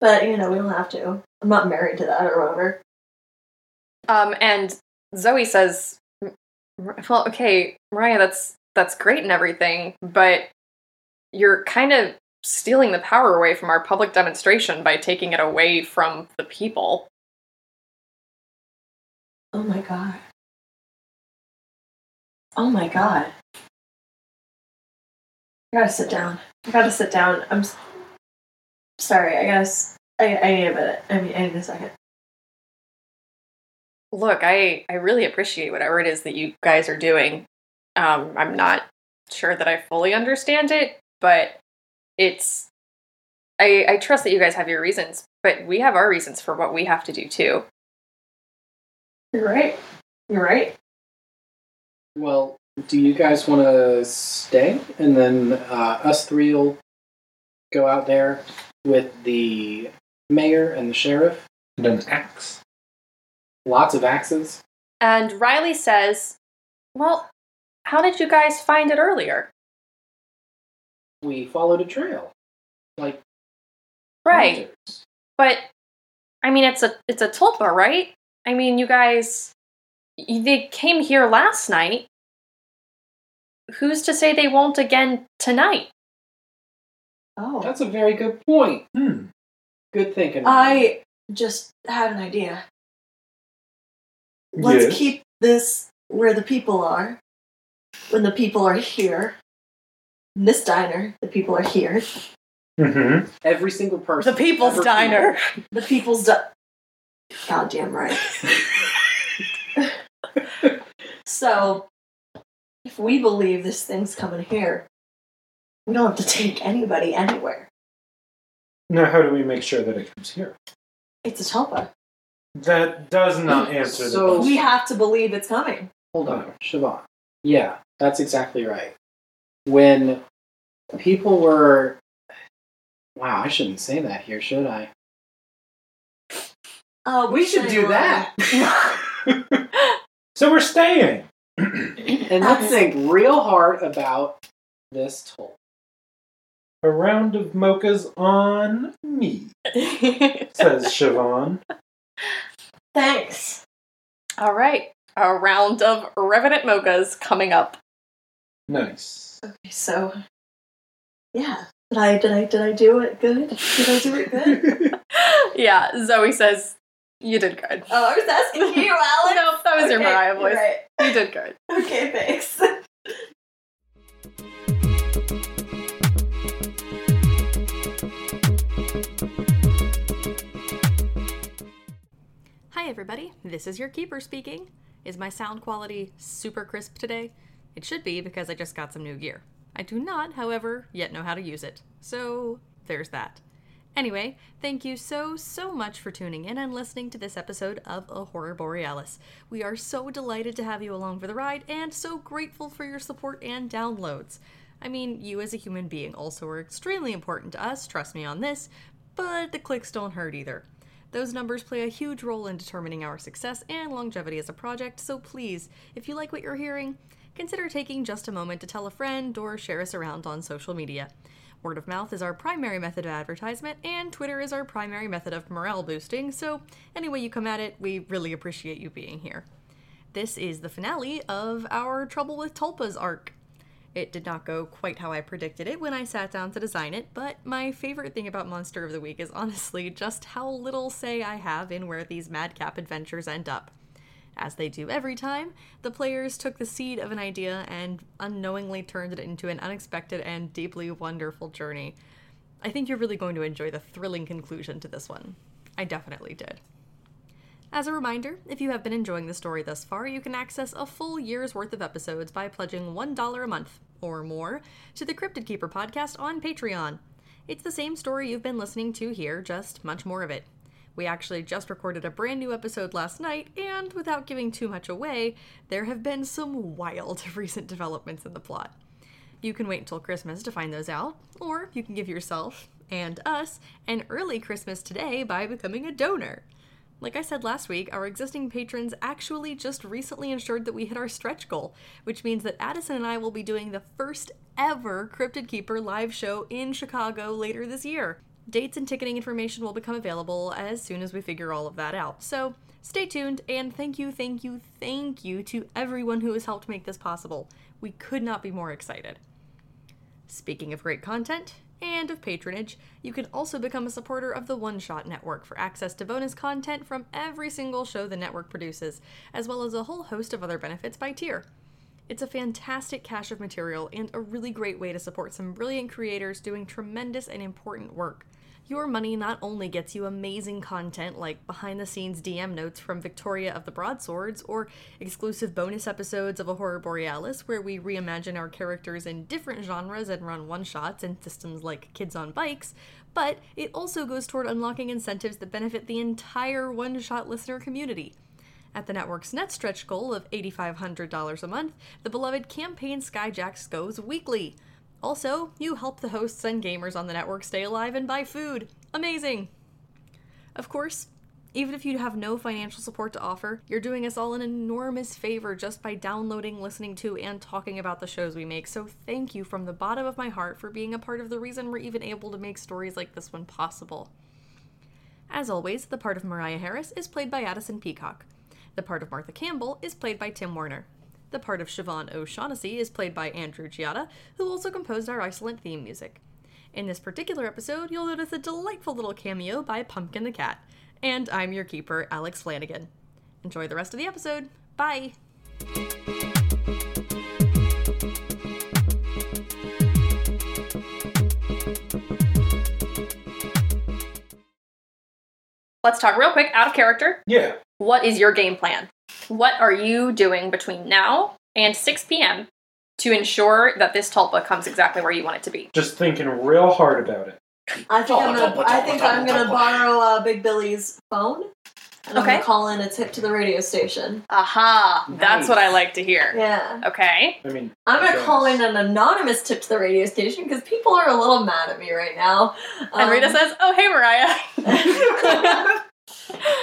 Speaker 4: but you know we don't have to. I'm not married to that or whatever.
Speaker 2: um, and Zoe says, "M- "Well, okay, Mariah, that's that's great and everything, but you're kind of stealing the power away from our public demonstration by taking it away from the people."
Speaker 4: Oh my god. Oh my god. I gotta sit down. I gotta sit down. I'm s- sorry. I guess I I need a minute. I mean, I need a second.
Speaker 2: look i i really appreciate whatever it is that you guys are doing um i'm not sure that i fully understand it but it's i i trust that you guys have your reasons but we have our reasons for what we have to do too
Speaker 4: You're right. You're right.
Speaker 3: Well, do you guys want to stay, and then uh, us three will go out there, with the mayor and the sheriff.
Speaker 1: And an axe.
Speaker 3: Lots of axes.
Speaker 5: And Riley says, Well, how did you guys find it earlier?
Speaker 3: We followed a trail. Like
Speaker 5: Right.
Speaker 3: hunters.
Speaker 5: But I mean it's a it's a tulpa, right? I mean you guys y- they came here last night. Who's to say they won't again tonight?
Speaker 4: Oh.
Speaker 3: That's a very good point.
Speaker 1: Hmm.
Speaker 3: Good thinking.
Speaker 4: I just had an idea. Let's
Speaker 1: Yes.
Speaker 4: keep this where the people are. When the people are here. In this diner, the people are here.
Speaker 1: Mm-hmm.
Speaker 3: every single person. ever
Speaker 4: The people's di- goddamn right. so, if we believe this thing's coming here, we don't have to take anybody anywhere.
Speaker 1: Now, how do we make sure that it comes here?
Speaker 4: It's a tulpa.
Speaker 1: That does not answer the
Speaker 3: So-
Speaker 5: Oh.
Speaker 1: question.
Speaker 4: We have to believe it's coming.
Speaker 3: Hold on, Siobhan. Yeah, that's exactly right. When people were. Wow, I shouldn't say that here, should I?
Speaker 4: Uh,
Speaker 3: We should do that.
Speaker 1: So we're staying.
Speaker 3: and let's think real hard about this toll.
Speaker 1: A round of mochas on me, says Siobhan.
Speaker 4: Thanks.
Speaker 5: All right. A round of Revenant Mochas coming up.
Speaker 1: Nice.
Speaker 4: Okay, so, yeah. Did I, did I did I do it good? Did I do it good?
Speaker 5: yeah, Zoe says, You did good.
Speaker 4: oh, I was asking you, Alex.
Speaker 5: no, that was your
Speaker 4: Oh, Okay,
Speaker 5: Mariah
Speaker 4: you're
Speaker 5: voice.
Speaker 4: right.
Speaker 5: You did good.
Speaker 4: Okay, thanks.
Speaker 5: Hi, everybody. This is your keeper speaking. Is my sound quality super crisp today? It should be because I just got some new gear. I do not, however, yet know how to use it. So there's that. Anyway, thank you so, so much for tuning in and listening to this episode of A Horror Borealis. We are so delighted to have you along for the ride and so grateful for your support and downloads. I mean, you as a human being also are extremely important to us, trust me on this, but the clicks don't hurt either. Those numbers play a huge role in determining our success and longevity as a project, so please, if you like what you're hearing, consider taking just a moment to tell a friend or share us around on social media. Word of mouth is our primary method of advertisement, and Twitter is our primary method of morale boosting, so any way you come at it, we really appreciate you being here. This is the finale of our Trouble with Tulpas arc. It did not go quite how I predicted it when I sat down to design it, but my favorite thing about Monster of the Week is honestly just how little say I have in where these madcap adventures end up. As they do every time, the players took the seed of an idea and unknowingly turned it into an unexpected and deeply wonderful journey. I think you're really going to enjoy the thrilling conclusion to this one. I definitely did. As a reminder, if you have been enjoying the story thus far, you can access a full year's worth of episodes by pledging $1 a month or more to the Cryptid Keeper podcast on Patreon. It's the same story you've been listening to here, just much more of it. We actually just recorded a brand new episode last night, and without giving too much away, there have been some wild recent developments in the plot. You can wait until Christmas to find those out, or you can give yourself and us an early Christmas today by becoming a donor. Like I said last week, our existing patrons actually just recently ensured that we hit our stretch goal, which means that Addison and I will be doing the first ever Cryptid Keeper live show in Chicago later this year. Dates and ticketing information will become available as soon as we figure all of that out. So stay tuned and thank you, thank you, thank you to everyone who has helped make this possible. We could not be more excited. Speaking of great content and of patronage, you can also become a supporter of the One Shot Network for access to bonus content from every single show the network produces, as well as a whole host of other benefits by tier. It's a fantastic cache of material and a really great way to support some brilliant creators doing tremendous and important work. Your money not only gets you amazing content like behind the scenes DM notes from Victoria of the Broadswords or exclusive bonus episodes of A Horror Borealis where we reimagine our characters in different genres and run one shots in systems like Kids on Bikes, but it also goes toward unlocking incentives that benefit the entire one shot listener community. At the network's net stretch goal of $8,500 a month, the beloved Campaign Skyjacks goes weekly.
Speaker 2: Also, you help the hosts and gamers on the network stay alive and buy food. Amazing! Of course, even if you have no financial support to offer, you're doing us all an enormous favor just by downloading, listening to, and talking about the shows we make, so thank you from the bottom of my heart for being a part of the reason we're even able to make stories like this one possible. As always, the part of Mariah Harris is played by Addison Peacock. The part of Martha Campbell is played by Tim Werner. The part of Siobhan O'Shaughnessy is played by Andrew Giada, who also composed our excellent theme music. In this particular episode, you'll notice a delightful little cameo by Pumpkin the Cat. And I'm your keeper, Alex Flanagan. Enjoy the rest of the episode. Bye! Let's talk real quick, out of character
Speaker 1: Yeah.
Speaker 2: what is your game plan? What are you doing between now and 6 p.m. to ensure that this tulpa comes exactly where you want it to be?
Speaker 1: Just thinking real hard about it.
Speaker 4: I think I'm
Speaker 3: Double,
Speaker 4: gonna, I think
Speaker 3: double,
Speaker 4: I'm gonna
Speaker 3: double.
Speaker 4: borrow uh, Big Billy's phone. And I'm
Speaker 2: Okay.
Speaker 4: gonna call in a tip to the radio station.
Speaker 2: Aha! That's
Speaker 3: Nice.
Speaker 2: what I like to hear.
Speaker 4: Yeah.
Speaker 2: Okay.
Speaker 1: I mean,
Speaker 4: I'm gonna
Speaker 1: Yes.
Speaker 4: call in an anonymous tip to the radio station because people are a little mad at me right now.
Speaker 2: And Rita
Speaker 4: Um,
Speaker 2: says, Oh, hey, Mariah.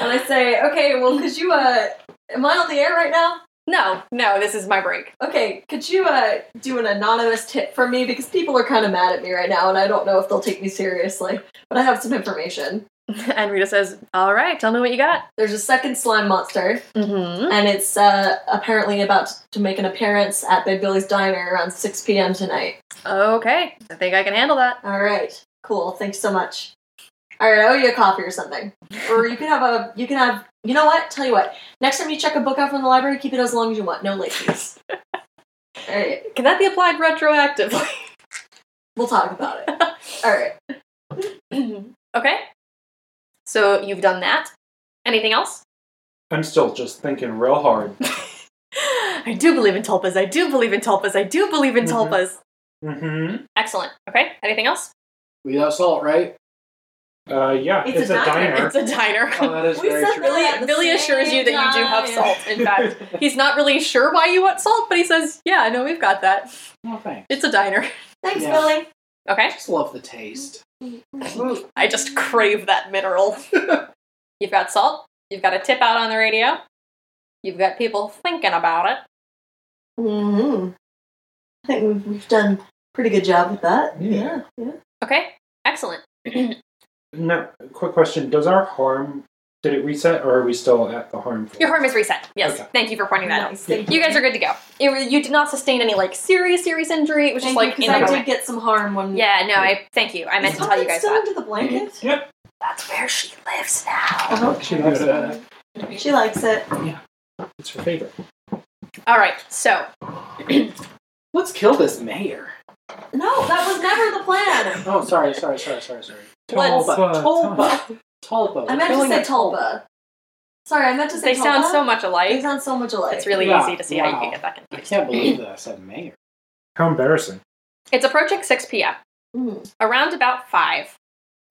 Speaker 4: and I say, okay, well, could you, uh, am I on the air right now?
Speaker 2: No, no, this is my break.
Speaker 4: Okay, could you, uh, do an anonymous tip for me? Because people are kind of mad at me right now, and I don't know if they'll take me seriously, but I have some information.
Speaker 2: And Rita says, All right, tell me what you got.
Speaker 4: There's a second slime monster,
Speaker 2: Mm-hmm.
Speaker 4: and it's, uh, apparently about to make an appearance at Big Billy's Diner around 6 p.m. tonight.
Speaker 2: Okay. I think I can handle that.
Speaker 4: All right, cool. Thanks so much. All right, I owe you a coffee or something, or you can have a you can have you know what? Tell you what. Next time you check a book out from the library, keep it as long as you want. No late fees. All right,
Speaker 2: Can that be applied retroactively?
Speaker 4: we'll talk about it. All right.
Speaker 2: okay. So you've done that. Anything else?
Speaker 1: I'm still just thinking real hard.
Speaker 2: I do believe in tulpas. I do believe in tulpas. I do believe in
Speaker 1: Mhm.
Speaker 2: tulpas.
Speaker 1: Mm-hmm.
Speaker 2: Excellent. Okay. Anything else?
Speaker 3: Without salt, right?
Speaker 1: Uh, yeah,
Speaker 4: It's a diner.
Speaker 2: It's a diner.
Speaker 3: Oh, that is
Speaker 4: We
Speaker 3: very
Speaker 4: said
Speaker 3: true.
Speaker 4: that-
Speaker 2: Billy,
Speaker 4: at the
Speaker 2: Billy
Speaker 4: same
Speaker 2: assures you that you do have
Speaker 4: time.
Speaker 2: salt. In fact, he's not really sure why you want salt, but he says, "Yeah, no, we've got that.
Speaker 3: No Oh, thanks.
Speaker 2: It's a diner."
Speaker 4: Thanks,
Speaker 3: Yeah.
Speaker 4: Billy.
Speaker 2: Okay.
Speaker 3: I just love the taste.
Speaker 2: I just crave that mineral. you've got salt. You've got a tip out on the radio. You've got people thinking about it.
Speaker 4: hmm I think we've, we've done a pretty good job with that.
Speaker 1: Yeah.
Speaker 4: yeah. yeah.
Speaker 2: Okay. Excellent.
Speaker 1: No, quick question. Does our harm, did it reset or are we still at the harm? phase?
Speaker 2: Your harm is reset. Yes.
Speaker 1: Okay.
Speaker 2: Thank you for pointing that out.
Speaker 4: Nice. Thank
Speaker 2: You guys are good to go. It, wa- you did not sustain any like serious, serious injury. It was
Speaker 4: Thank
Speaker 2: just
Speaker 4: you,
Speaker 2: like
Speaker 4: 'cause
Speaker 2: in the
Speaker 4: I did
Speaker 2: moment.
Speaker 4: get some harm when.
Speaker 2: Yeah, no, I thank you. I meant
Speaker 4: Is
Speaker 2: to tell
Speaker 4: pumpkin
Speaker 2: you guys
Speaker 4: still
Speaker 2: that.
Speaker 4: under the blanket.
Speaker 2: That's where she lives now.
Speaker 4: Oh,
Speaker 1: She
Speaker 3: That's
Speaker 1: loves
Speaker 3: it.
Speaker 1: it.
Speaker 4: she likes it.
Speaker 1: It's her favorite.
Speaker 2: All right, so
Speaker 3: Let's kill this mayor.
Speaker 4: No, that was never the plan.
Speaker 3: Oh, sorry, sorry, sorry, sorry, sorry.
Speaker 2: Let's-
Speaker 1: Tulpa, Tulpa.
Speaker 3: Tulpa. Tulpa.
Speaker 4: I meant to
Speaker 3: Killing
Speaker 4: say
Speaker 3: a
Speaker 4: Tulpa. Sorry, I meant to say
Speaker 2: they sound
Speaker 4: Tulpa.
Speaker 2: so much
Speaker 4: They
Speaker 2: alike.
Speaker 4: sound so much alike.
Speaker 2: It's really
Speaker 3: Yeah,
Speaker 2: easy to see how you
Speaker 3: wow.
Speaker 2: can get back in.
Speaker 3: I can't believe that I said mayor.
Speaker 1: How embarrassing.
Speaker 2: It's approaching 6 p.m.
Speaker 4: Mm.
Speaker 2: Around about 5,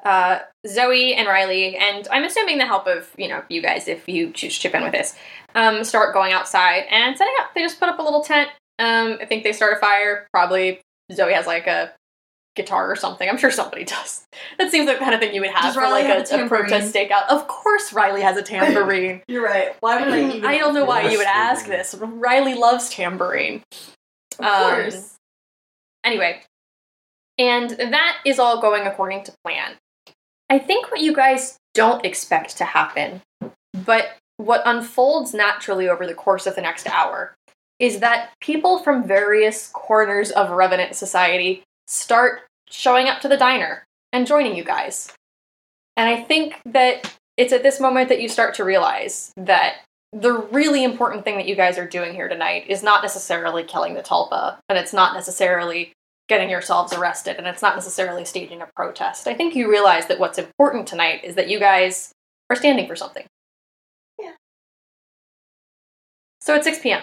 Speaker 2: uh, Zoe and Riley, and I'm assuming the help of, you know, you guys, if you choose to chip in with this, um, start going outside and setting up. They just put up a little tent. Um, I think they start a fire. Probably Zoe has, like, a guitar or something. I'm sure somebody does. That seems like the kind of thing you would have
Speaker 4: Does
Speaker 2: for,
Speaker 4: Riley
Speaker 2: like,
Speaker 4: have a
Speaker 2: a, a protest stakeout. Of course Riley has a tambourine.
Speaker 4: You're right. Why would I? Even
Speaker 2: Mm-hmm. I don't know why you would
Speaker 1: Yes, they
Speaker 2: ask
Speaker 1: do.
Speaker 2: this. Riley loves tambourine.
Speaker 4: Of course.
Speaker 2: Anyway, and that is all going according to plan. I think what you guys don't expect to happen, but what unfolds naturally over the course of the next hour, is that people from various corners of Revenant Society start showing up to the diner and joining you guys. And I think that it's at this moment that you start to realize that the really important thing that you guys are doing here tonight is not necessarily killing the Tulpa, and it's not necessarily getting yourselves arrested, and it's not necessarily staging a protest. I think you realize that what's important tonight is that you guys are standing for something.
Speaker 4: Yeah.
Speaker 2: So it's 6 p.m.,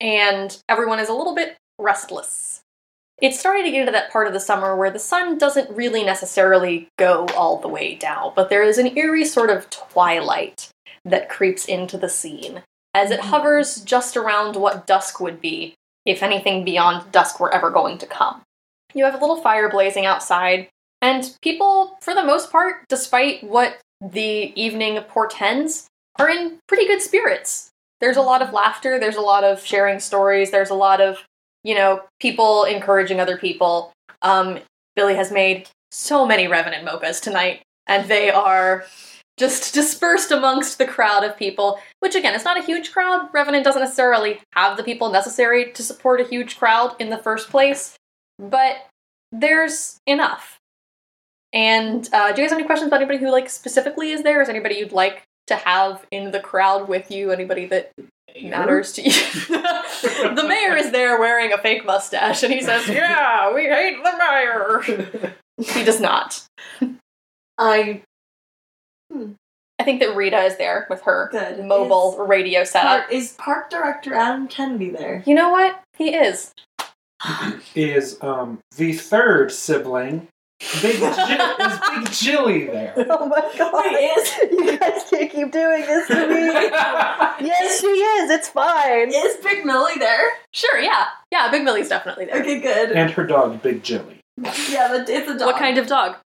Speaker 2: and everyone is a little bit restless. It's starting to get into that part of the summer where the sun doesn't really necessarily go all the way down, but there is an eerie sort of twilight that creeps into the scene as it hovers just around what dusk would be if anything beyond dusk were ever going to come. You have a little fire blazing outside, and people, for the most part, despite what the evening portends, are in pretty good spirits. There's a lot of laughter, there's a lot of sharing stories, there's a lot of, you know, people encouraging other people. Um, Billy has made so many Revenant MOBAs tonight, and they are just dispersed amongst the crowd of people, which again, it's not a huge crowd. Revenant doesn't necessarily have the people necessary to support a huge crowd in the first place, but there's enough. And uh, do you guys have any questions about anybody who like specifically is there? Is anybody you'd like to have in the crowd with you? Anybody that matters to you? the mayor is there wearing a fake mustache, and he says, "Yeah, we hate the mayor." He does not. um,
Speaker 4: I
Speaker 2: I think that Rita is there with her
Speaker 4: Good.
Speaker 2: mobile radio setup.
Speaker 4: is park director Adam Kennedy there?
Speaker 2: You know what? He is.
Speaker 1: Is um the third sibling. Big Jill, is Big Jilly there?
Speaker 6: Oh my god.
Speaker 4: is
Speaker 6: You guys can't keep doing this to me. Yes, she is. It's fine.
Speaker 4: is Big Millie there?
Speaker 2: Sure, yeah. Yeah, Big Millie's definitely there.
Speaker 4: Okay, good.
Speaker 1: And her dog, Big Jilly.
Speaker 4: Yeah, but it's a dog.
Speaker 2: What kind of dog?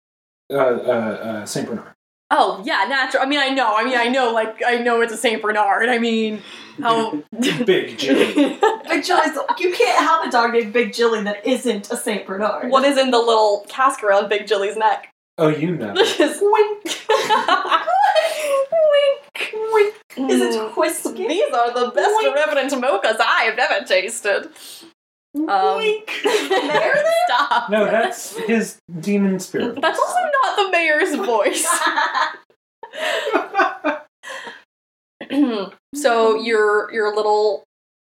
Speaker 1: Uh, uh, uh, St. Bernard.
Speaker 2: Oh, yeah, natural. I mean, I know. I mean, I know, like, I know it's a St. Bernard. I mean, how.
Speaker 1: Big Jilly.
Speaker 4: Big Jilly's. You can't have a dog named Big Jilly that isn't a Saint Bernard.
Speaker 2: what is in the little cask around Big Jilly's neck?
Speaker 1: Oh, you know.
Speaker 2: Just wink. wink. Wink.
Speaker 4: is it? Whiskey.
Speaker 2: These are the best
Speaker 4: Wink.
Speaker 2: Revenant mochas I have ever tasted. Um,
Speaker 4: Mayor
Speaker 2: Stop.
Speaker 1: No, that's his demon spirit.
Speaker 2: That's also not the mayor's voice. so your your little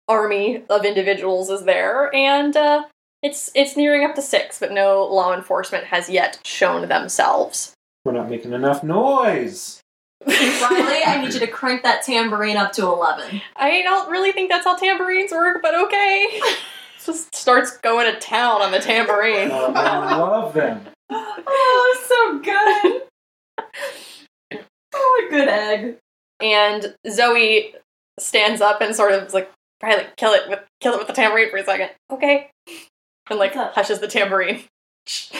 Speaker 2: army of individuals is there, and uh, it's it's nearing up to six, but no law enforcement has yet shown themselves.
Speaker 1: We're not making enough noise.
Speaker 4: Riley, I need you to crank that tambourine up to eleven.
Speaker 2: I don't really think that's how tambourines work, but okay. Just starts going to town on the tambourine.
Speaker 1: Uh, I love them.
Speaker 4: Oh, so good. oh, a good egg.
Speaker 2: and Zoe stands up and sort of is like, Riley, kill it with kill it with the tambourine for a second. Okay. And like
Speaker 4: What's up?
Speaker 2: hushes the tambourine.
Speaker 4: Zoe,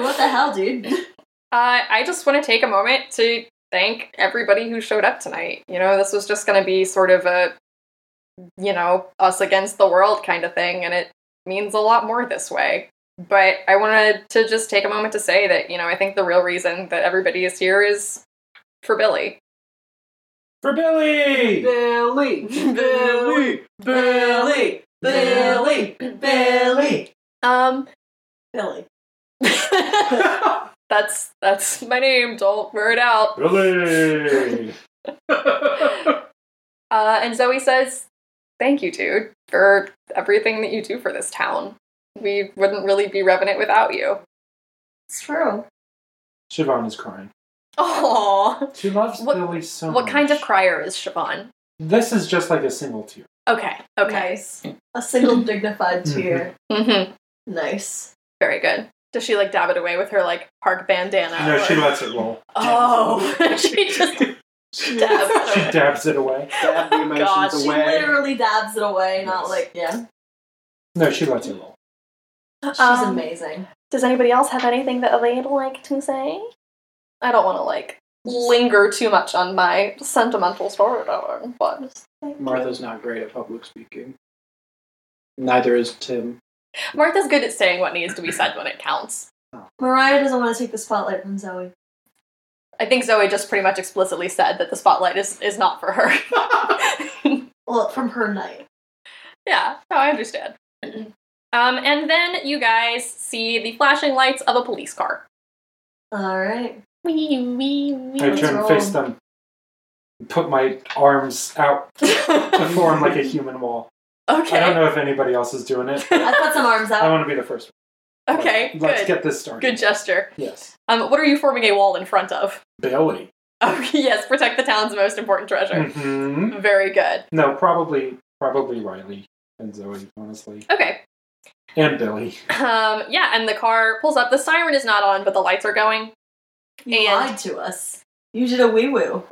Speaker 4: what the hell, dude?
Speaker 2: Uh, I just want to take a moment to thank everybody who showed up tonight. You know, this was just going to be sort of a, you know, us against the world kind of thing, and it means a lot more this way. But I wanted to just take a moment to say that, you know, I think the real reason that everybody is here is for Billy.
Speaker 1: For Billy!
Speaker 3: Billy,
Speaker 2: Billy,
Speaker 4: Billy, Billy, Billy,
Speaker 2: Um,
Speaker 4: Billy.
Speaker 2: that's that's my name. Don't wear it out.
Speaker 1: Billy!
Speaker 2: Uh, and Zoe says, Thank you, dude, for everything that you do for this town. We wouldn't really be Revenant without you.
Speaker 4: It's true.
Speaker 1: Siobhan is crying.
Speaker 2: Aww.
Speaker 1: She loves
Speaker 2: What-
Speaker 1: Billy so
Speaker 2: What
Speaker 1: much.
Speaker 2: kind of crier is Siobhan?
Speaker 1: This is just like a single tear.
Speaker 2: Okay, okay.
Speaker 4: Nice. A single dignified
Speaker 1: Mhm.
Speaker 4: tear.
Speaker 2: Mm-hmm.
Speaker 4: Nice.
Speaker 2: Very good. Does she like dab it away with her like park bandana?
Speaker 1: No, she
Speaker 2: or-
Speaker 1: lets it roll.
Speaker 2: Oh, she just dabs
Speaker 1: She
Speaker 2: it away.
Speaker 1: dabs it away.
Speaker 3: Stab the emotions
Speaker 2: God,
Speaker 4: She
Speaker 3: away.
Speaker 4: literally dabs it away, not
Speaker 1: Yes.
Speaker 4: like, yeah.
Speaker 1: No, she lets it roll.
Speaker 4: She's
Speaker 2: Um,
Speaker 4: amazing.
Speaker 2: Does anybody else have anything that they'd like to say? I don't want to like linger too much on my sentimental storytelling, but
Speaker 3: Martha's not great at public speaking. Neither is Tim.
Speaker 2: Martha's good at saying what needs to be said when it counts.
Speaker 4: Mariah doesn't want to take the spotlight from Zoe.
Speaker 2: I think Zoe just pretty much explicitly said that the spotlight is, is not for her.
Speaker 4: Well, from her night.
Speaker 2: yeah, no, I understand. um, and then you guys see the flashing lights of a police car.
Speaker 4: All right.
Speaker 2: Wee, wee, wee.
Speaker 1: I
Speaker 4: Let's
Speaker 1: turn and
Speaker 4: roll.
Speaker 1: face them. Put my arms out to form like a human wall. I don't
Speaker 2: okay,
Speaker 1: know if anybody else is doing it.
Speaker 4: I put some arms
Speaker 1: I
Speaker 4: out.
Speaker 1: want to be the first one.
Speaker 2: okay,
Speaker 1: Let's
Speaker 2: good.
Speaker 1: get this started.
Speaker 2: Good gesture.
Speaker 1: Yes.
Speaker 2: Um, what are you forming a wall in front of?
Speaker 1: Billy.
Speaker 2: Oh, yes, protect the town's most important treasure.
Speaker 1: hmm
Speaker 2: Very good.
Speaker 1: No, probably, probably Riley and Zoe, honestly.
Speaker 2: Okay,
Speaker 1: And Billy.
Speaker 2: Um, yeah, and the car pulls up. The siren is not on, but the lights are going.
Speaker 4: You
Speaker 2: And-
Speaker 4: lied to us. You did a wee woo.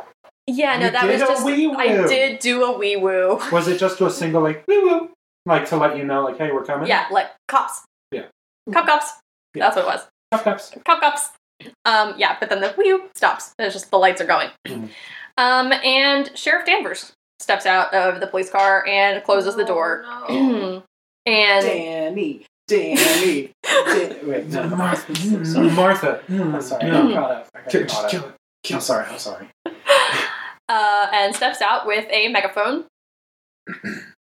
Speaker 2: Yeah, no,
Speaker 1: You
Speaker 2: that
Speaker 1: did
Speaker 2: was
Speaker 1: a
Speaker 2: just
Speaker 1: wee-woo.
Speaker 2: I did do a wee woo.
Speaker 1: Was it just a single like woo woo, like to let you know like hey we're coming?
Speaker 2: Yeah, like cops.
Speaker 1: Yeah.
Speaker 2: Cop cops.
Speaker 1: Yeah.
Speaker 2: That's what it was.
Speaker 3: Cup cups.
Speaker 2: Cop cops. Um, yeah, but then the whew stops. It's just the lights are going. um, and Sheriff Danvers steps out of the police car and closes the door.
Speaker 4: Oh,
Speaker 2: and
Speaker 3: Danny. Danny. Dan- Wait, no. no,
Speaker 1: Martha.
Speaker 3: I'm sorry.
Speaker 1: Martha.
Speaker 3: I'm sorry. I
Speaker 1: No.
Speaker 3: got caught up. I
Speaker 1: Kill-
Speaker 3: got
Speaker 1: Just
Speaker 3: caught
Speaker 1: kill
Speaker 3: up.
Speaker 1: it.
Speaker 3: I'm sorry. I'm sorry.
Speaker 2: uh, and steps out with a megaphone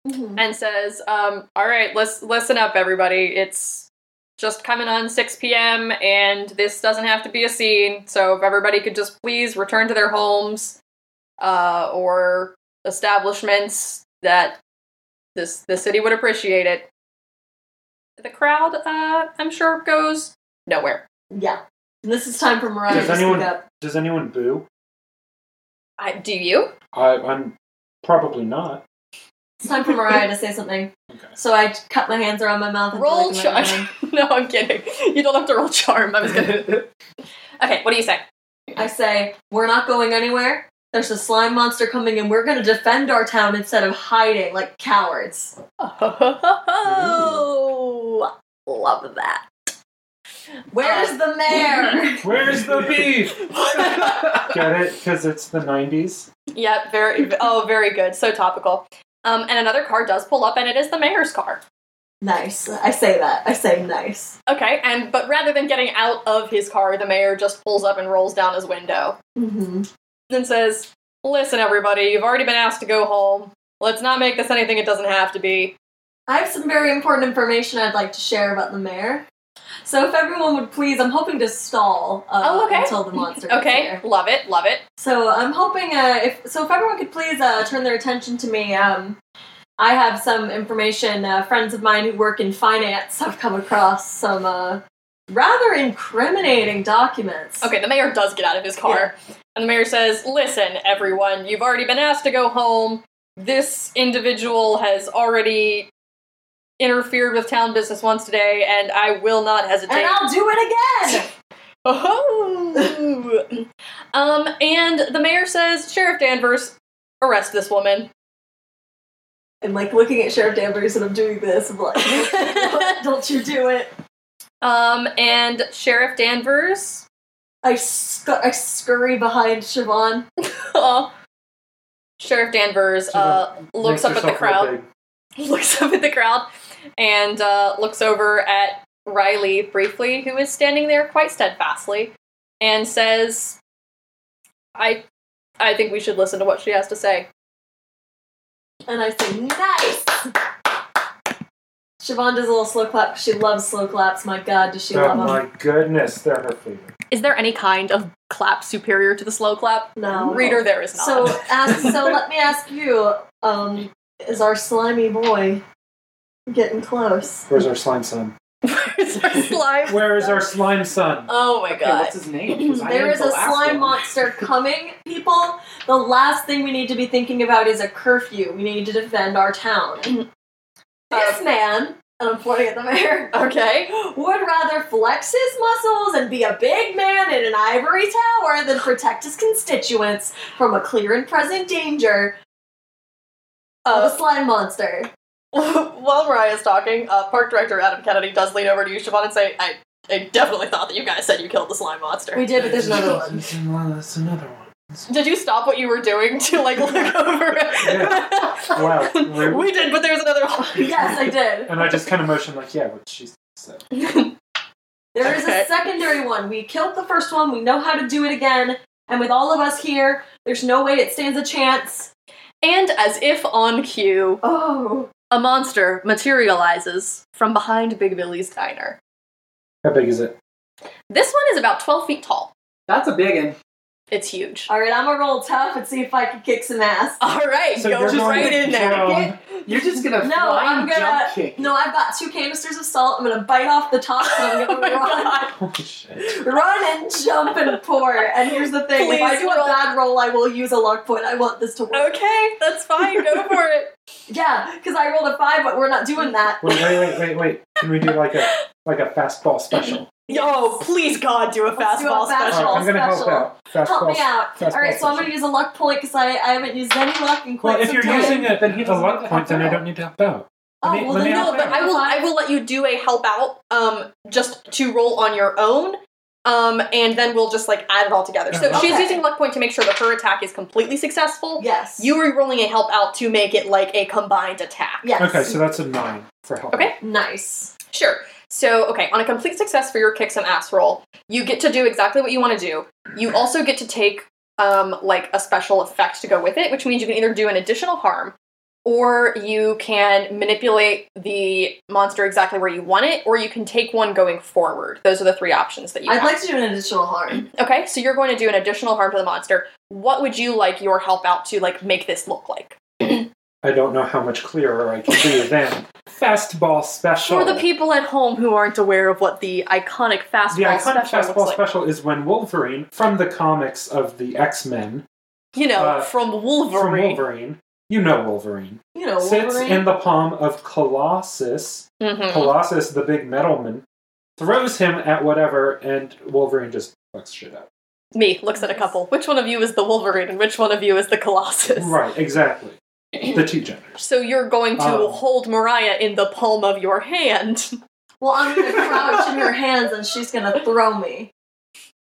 Speaker 4: Mm-hmm.
Speaker 2: and says, um, "All right, lis- listen up, everybody. It's just coming on 6 p.m. and this doesn't have to be a scene. So if everybody could just please return to their homes uh, or establishments that this the city would appreciate it." The crowd, uh, I'm sure, goes nowhere.
Speaker 4: Yeah. This is time for Mariah
Speaker 1: Does
Speaker 4: to
Speaker 1: anyone-
Speaker 4: speak up.
Speaker 1: Does anyone boo?
Speaker 2: I, do you?
Speaker 1: I, I'm probably not.
Speaker 4: It's time for Mariah to say something.
Speaker 1: Okay.
Speaker 4: So I cut my hands around my mouth and
Speaker 2: Roll
Speaker 4: like
Speaker 2: charm. no, I'm kidding. You don't have to roll charm. I was gonna. Okay, what do you say?
Speaker 4: I say, we're not going anywhere. There's a slime monster coming and we're going to defend our town instead of hiding like cowards.
Speaker 2: Oh, love that.
Speaker 4: Where's the mayor?
Speaker 1: Where's the beef? Get it? Because it's the 90s.
Speaker 2: yeah, very. Oh, very good. So topical. Um, and another car does pull up, and it is the mayor's car.
Speaker 4: nice. I say that. I say nice.
Speaker 2: Okay, and but rather than getting out of his car, the mayor just pulls up and rolls down his window
Speaker 4: Mm-hmm.
Speaker 2: and says, "Listen, everybody, you've already been asked to go home. Let's not make this anything it doesn't have to be."
Speaker 4: I have some very important information I'd like to share about the mayor. So if everyone would please, I'm hoping to stall uh,
Speaker 2: Oh, okay.
Speaker 4: until the monster gets
Speaker 2: Okay,
Speaker 4: here.
Speaker 2: love it, love it.
Speaker 4: So I'm hoping uh, if so, if everyone could please uh, turn their attention to me. Um, I have some information. Uh, friends of mine who work in finance have come across some uh, rather incriminating documents.
Speaker 2: Okay, the mayor does get out of his car. And the mayor says, Listen, everyone, you've already been asked to go home. This individual has already interfered with town business once today, and I will not hesitate.
Speaker 4: and I'll do it again.
Speaker 2: Oh. um, and the mayor says, Sheriff Danvers, arrest this woman.
Speaker 4: and like looking at Sheriff Danvers, and I'm doing this. I'm like, don't you do it?
Speaker 2: Um, and Sheriff Danvers,
Speaker 4: I, sc- I scurry behind Siobhan.
Speaker 2: Aw. Uh-huh. Sheriff Danvers uh, looks up
Speaker 1: Makes
Speaker 2: at the
Speaker 1: yourself
Speaker 2: crowd.
Speaker 1: look big.
Speaker 2: looks up at the crowd and uh, looks over at Riley briefly, who is standing there quite steadfastly, and says, "I, I think we should listen to what she has to say."
Speaker 4: And I say, nice! Siobhan does a little slow clap. She loves slow claps. My god, does she
Speaker 1: Oh
Speaker 4: love them?
Speaker 1: my goodness, they're her favorite.
Speaker 2: Is there any kind of clap superior to the slow clap?
Speaker 4: No.
Speaker 2: Reader, there is not.
Speaker 4: Oh. So ask, so let me ask you, um, is our slimy boy getting close?
Speaker 1: Where's our slime son?
Speaker 2: Where's our slime?
Speaker 1: Where is our slime son?
Speaker 2: Oh my
Speaker 3: Okay,
Speaker 2: god!
Speaker 3: what's his name? 'Cause I
Speaker 4: There
Speaker 3: am
Speaker 4: is
Speaker 3: the
Speaker 4: a
Speaker 3: last
Speaker 4: slime
Speaker 3: one.
Speaker 4: monster coming, people. The last thing we need to be thinking about is a curfew. We need to defend our town.
Speaker 3: Uh,
Speaker 4: This man, and I'm pointing at the mayor,
Speaker 2: Okay.
Speaker 4: would rather flex his muscles and be a big man in an ivory tower than protect his constituents from a clear and present danger of a
Speaker 2: Uh,
Speaker 4: slime monster.
Speaker 2: while Mariah's talking, uh, park director Adam Kennedy does lean over to you, Siobhan, and say, "I, I definitely thought that you guys said you killed the slime monster."
Speaker 4: We did, but there's another one.
Speaker 1: There's another- There's another one.
Speaker 2: Did you stop what you were doing to like look over?
Speaker 1: Wow. rude.
Speaker 2: we did, but there's another one.
Speaker 4: Yes, I did.
Speaker 1: And I just kind of motioned like, yeah, what she said.
Speaker 4: There is
Speaker 2: Okay.
Speaker 4: a secondary one. We killed the first one. We know how to do it again. And with all of us here, there's no way it stands a chance.
Speaker 2: And as if on cue,
Speaker 4: Oh,
Speaker 2: a monster materializes from behind Big Billy's diner.
Speaker 1: How big is it?
Speaker 2: This one is about 12 feet tall.
Speaker 3: That's a big one.
Speaker 2: It's huge.
Speaker 4: all right. I'm gonna roll tough and see if I can kick some ass.
Speaker 2: All right,
Speaker 1: So
Speaker 2: go
Speaker 1: you're going
Speaker 2: right in there.
Speaker 1: from-
Speaker 3: You're just gonna
Speaker 4: No,
Speaker 3: fly
Speaker 4: I'm
Speaker 3: and
Speaker 4: gonna-
Speaker 3: jump kick.
Speaker 4: No, I've got two canisters of salt. I'm gonna bite off the top and I'm
Speaker 2: Oh my
Speaker 4: gonna run.
Speaker 2: God.
Speaker 1: Holy shit.
Speaker 4: Run and jump and pour. And here's the thing: if I
Speaker 2: Please
Speaker 4: do
Speaker 2: roll.
Speaker 4: a bad roll, I will use a luck point. I want this to work.
Speaker 2: Okay, that's fine. Go for it.
Speaker 4: Yeah, because I rolled a five, but we're not doing that.
Speaker 1: Wait, wait, wait, wait, wait. Can we do like a like a fastball special?
Speaker 2: Yo, please God, do a
Speaker 4: Let's do a
Speaker 2: fastball
Speaker 4: fast-
Speaker 2: special.
Speaker 1: Alright, I'm gonna help
Speaker 4: special.
Speaker 1: out. Fastball.
Speaker 4: Help me out.
Speaker 1: fastball
Speaker 4: All right, so I'm
Speaker 1: session.
Speaker 4: gonna use a luck point because I, I haven't used any luck in quite
Speaker 1: Well, if
Speaker 4: some
Speaker 1: you're
Speaker 4: time.
Speaker 1: using a,
Speaker 3: Then he
Speaker 1: a
Speaker 3: doesn't
Speaker 1: luck
Speaker 3: have to
Speaker 1: point, then I
Speaker 3: help out.
Speaker 1: don't need to help out.
Speaker 5: Oh
Speaker 1: Let me-
Speaker 5: well,
Speaker 1: let
Speaker 5: then
Speaker 1: me
Speaker 5: no,
Speaker 1: help
Speaker 5: but
Speaker 1: out.
Speaker 5: I will. I will let you do a help out, um, just to roll on your own, um, and then we'll just like add it all together. So
Speaker 1: Okay.
Speaker 5: she's using luck point to make sure that her attack is completely successful.
Speaker 4: Yes.
Speaker 5: You are rolling a help out to make it like a combined attack.
Speaker 4: Yes.
Speaker 1: Okay, so that's a nine for help.
Speaker 5: Okay.
Speaker 4: Nice.
Speaker 5: Sure. So, okay, on a complete success for your kick some ass roll, you get to do exactly what you want to do. You also get to take um like a special effect to go with it, which means you can either do an additional harm or you can manipulate the monster exactly where you want it or you can take one going forward. Those are the three options that you
Speaker 4: I'd
Speaker 5: have.
Speaker 4: like to do an additional harm.
Speaker 5: okay, so you're going to do an additional harm to the monster. What would you like your help out to like make this look like?
Speaker 1: I don't know how much clearer I can be than fastball special.
Speaker 5: For the people at home who aren't aware of what the iconic fastball
Speaker 1: The iconic
Speaker 5: special looks
Speaker 1: fastball
Speaker 5: like.
Speaker 1: special is when Wolverine, from the comics of the X Men,
Speaker 5: you know,
Speaker 1: Uh,
Speaker 5: from
Speaker 1: from
Speaker 5: Wolverine.
Speaker 1: Wolverine, you know Wolverine,
Speaker 4: You know,
Speaker 1: sits
Speaker 4: Wolverine.
Speaker 1: in the palm of Colossus.
Speaker 5: Mhm.
Speaker 1: Colossus, the big metalman, throws him at whatever, and Wolverine just fucks shit up.
Speaker 5: Me looks at a couple. Which one of you is the Wolverine and which one of you is the Colossus?
Speaker 1: Right, exactly. the two genders.
Speaker 5: So you're going to
Speaker 1: Um.
Speaker 5: hold Mariah in the palm of your hand.
Speaker 4: well, I'm gonna crouch in her hands and she's gonna throw me.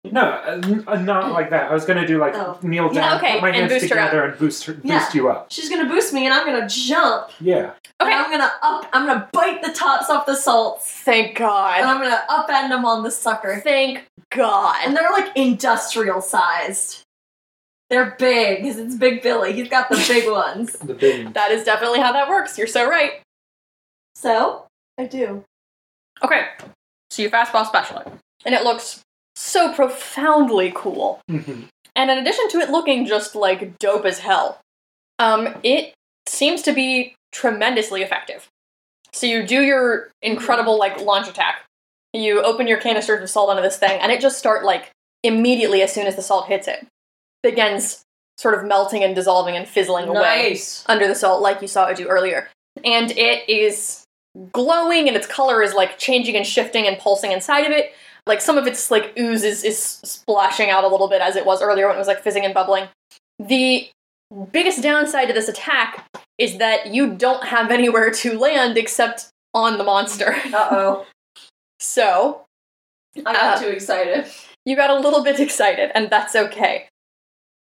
Speaker 1: No, uh, n- uh, not like that. I was gonna do like
Speaker 4: Oh.
Speaker 1: kneel
Speaker 5: Yeah,
Speaker 1: down,
Speaker 5: okay,
Speaker 1: put my
Speaker 5: and
Speaker 1: hands
Speaker 5: boost her up.
Speaker 1: together, and boost her, boost
Speaker 4: Yeah.
Speaker 1: you up.
Speaker 4: She's gonna boost me and I'm gonna jump.
Speaker 1: Yeah.
Speaker 4: And
Speaker 5: Okay.
Speaker 4: I'm gonna up. I'm gonna bite the tops off the salts
Speaker 5: Thank
Speaker 4: and
Speaker 5: God.
Speaker 4: I'm gonna upend them on the sucker.
Speaker 5: Thank
Speaker 4: Uh,
Speaker 5: God.
Speaker 4: And they're like industrial sized. They're big because it's Big Billy. He's got the big ones.
Speaker 1: The big
Speaker 5: That is definitely how that works. You're so right.
Speaker 4: So I do.
Speaker 5: Okay. So you fastball special it. And it looks so profoundly cool.
Speaker 1: Mhm.
Speaker 5: And in addition to it looking just like dope as hell, um, it seems to be tremendously effective. So you do your incredible like launch attack. You open your canisters of salt onto this thing, and it just start like immediately as soon as the salt hits it, begins sort of melting and dissolving and fizzling away
Speaker 4: Nice.
Speaker 5: under the salt, like you saw it do earlier. And it is glowing, and its color is like changing and shifting and pulsing inside of it. Like some of its like ooze is, is splashing out a little bit as it was earlier when it was like fizzing and bubbling. The biggest downside to this attack is that you don't have anywhere to land except on the monster.
Speaker 4: Uh oh.
Speaker 5: So
Speaker 4: I got
Speaker 5: Uh,
Speaker 4: too excited.
Speaker 5: you got a little bit excited, and that's okay.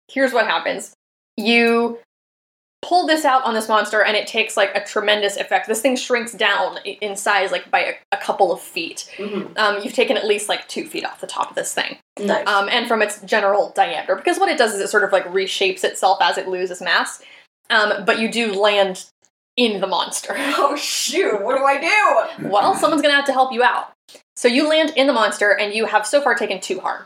Speaker 5: Here's what happens you pull this out on this monster, and it takes like a tremendous effect. This thing shrinks down i- in size like by a, a couple of feet. Um, you've taken at least like two feet off the top of this thing,
Speaker 4: Nice.
Speaker 5: um, and from its general diameter, because what it does is it sort of like reshapes itself as it loses mass. Um, but you do land in the monster.
Speaker 4: oh shoot! What do I do?
Speaker 5: Well, someone's gonna have to help you out. So you land in the monster, and you have so far taken two harm.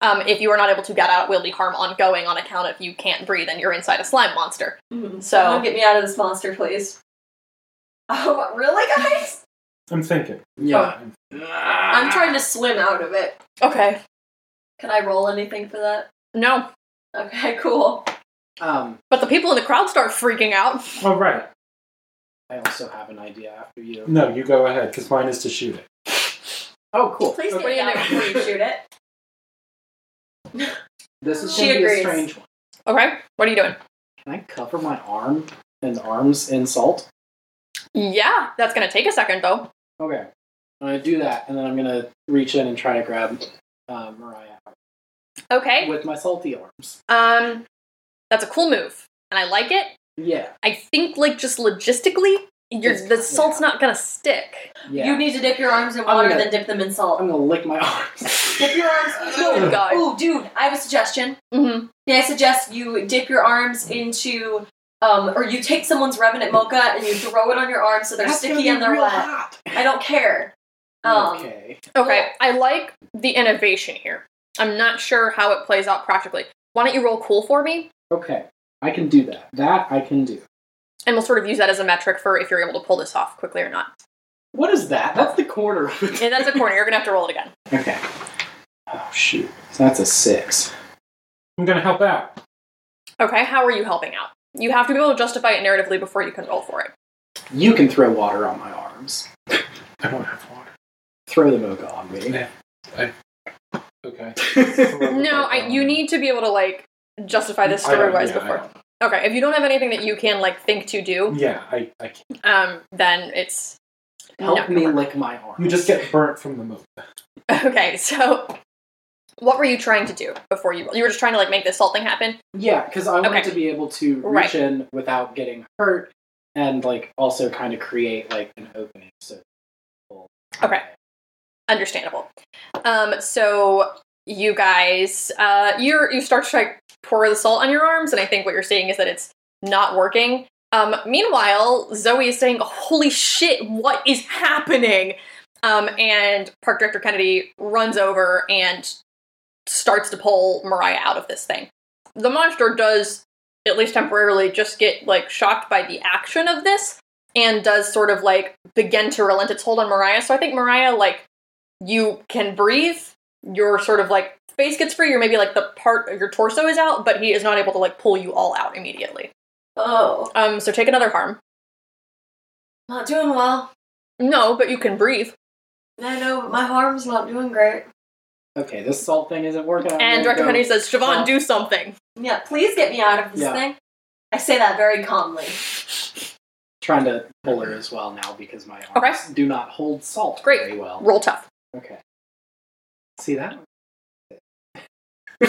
Speaker 5: Um, if you are not able to get out, will be harm ongoing on account of you can't breathe and you're inside a slime monster. Mm-hmm. So-
Speaker 4: Someone get me out of this monster, please. Oh, really, guys?
Speaker 1: I'm thinking.
Speaker 3: Yeah. Ah.
Speaker 4: I'm trying to swim out of it.
Speaker 5: Okay.
Speaker 4: Can I roll anything for that?
Speaker 5: No,
Speaker 4: Okay, cool.
Speaker 3: Um,
Speaker 5: but the people in the crowd start freaking out.
Speaker 1: All right.
Speaker 3: I also have an idea after you.
Speaker 1: No, you go ahead because mine is to shoot it.
Speaker 3: Oh, cool.
Speaker 4: Please
Speaker 3: Okay.
Speaker 4: get me out before you shoot it.
Speaker 3: This is
Speaker 4: She
Speaker 3: going to be a
Speaker 4: agrees.
Speaker 3: strange one.
Speaker 5: Okay. What are you doing?
Speaker 3: Can I cover my arm and arms in salt?
Speaker 5: Yeah, that's gonna take a second though.
Speaker 3: Okay. I'm going to do that, and then I'm going to reach in and try to grab uh, Mariah
Speaker 5: Okay.
Speaker 3: with my salty arms.
Speaker 5: Um, that's a cool move, and I like it.
Speaker 3: Yeah.
Speaker 5: I think like just logistically, you're,
Speaker 3: It's-
Speaker 5: the salt's not gonna stick.
Speaker 3: Yeah.
Speaker 4: You need to dip your arms in
Speaker 3: I'm
Speaker 4: water,
Speaker 3: gonna-
Speaker 4: then dip them in salt.
Speaker 3: I'm going to lick my arms.
Speaker 4: Dip your arms.
Speaker 5: Oh, God.
Speaker 4: Oh, dude, I have a suggestion.
Speaker 5: Mm-hmm.
Speaker 4: May I suggest you dip your arms into, um, or you take someone's revenant mocha and you throw it on your arms so they're
Speaker 3: That's gonna
Speaker 4: sticky
Speaker 3: be
Speaker 4: and they're
Speaker 3: real
Speaker 4: wet.
Speaker 3: hot.
Speaker 4: I don't care. Um,
Speaker 3: okay.
Speaker 5: Okay, I like the innovation here. I'm not sure how it plays out practically. Why don't you roll cool for me?
Speaker 3: Okay. I can do that. That I can do.
Speaker 5: And we'll sort of use that as a metric for if you're able to pull this off quickly or not.
Speaker 3: What is that? That's the corner.
Speaker 5: And that's a corner. You're going to have to roll it again.
Speaker 3: okay. Oh, shoot. So that's a six.
Speaker 1: I'm gonna help out.
Speaker 5: Okay, how are you helping out? You have to be able to justify it narratively before you can roll for it.
Speaker 3: You can throw water on my arms.
Speaker 1: I don't have water.
Speaker 3: Throw the mocha on me.
Speaker 1: Okay.
Speaker 5: No, I, you need to be able to, like, justify this
Speaker 1: I don't-
Speaker 5: story-wise
Speaker 1: yeah, I
Speaker 5: before.
Speaker 1: don't.
Speaker 5: Okay, if you don't have anything that you can like think to do,
Speaker 1: Yeah, I, I can't.
Speaker 5: um, then it's
Speaker 3: Help
Speaker 5: No.
Speaker 3: me lick my arm.
Speaker 1: You just get burnt from the moon.
Speaker 5: okay. So, what were you trying to do before you? You were just trying to like make this salt thing happen.
Speaker 3: Yeah, because I wanted
Speaker 5: Okay.
Speaker 3: to be able to reach
Speaker 5: Right.
Speaker 3: in without getting hurt, and like also kind of create like an opening. So.
Speaker 5: Okay. understandable. Um, so you guys, uh, you you start to try pour the salt on your arms, and I think what you're seeing is that it's not working. Um, meanwhile, Zoe is saying, "Holy shit, what is happening?" Um, and Park Director Kennedy runs over and starts to pull Mariah out of this thing. The monster does, at least temporarily, just get like shocked by the action of this and does sort of like begin to relent its hold on Mariah. So I think Mariah like you can breathe. Your sort of like face gets free, or maybe like the part of your torso is out, but he is not able to like pull you all out immediately.
Speaker 4: Oh,
Speaker 5: Um, so take another harm.
Speaker 4: not doing well.
Speaker 5: No, but you can breathe.
Speaker 4: I know, but my arm's not doing great.
Speaker 3: Okay, this salt thing isn't working. I'm
Speaker 5: and
Speaker 3: gonna
Speaker 5: Director
Speaker 3: Oh, go-
Speaker 5: Henry says, Siobhan,
Speaker 3: Well-
Speaker 5: do something.
Speaker 4: Yeah, please get me out of this
Speaker 3: Yeah.
Speaker 4: thing. I say that very calmly.
Speaker 3: trying to pull her as well now because my
Speaker 5: Okay.
Speaker 3: arms do not hold salt
Speaker 5: Great.
Speaker 3: very well.
Speaker 5: Roll tough.
Speaker 3: Okay. See that?
Speaker 4: I'm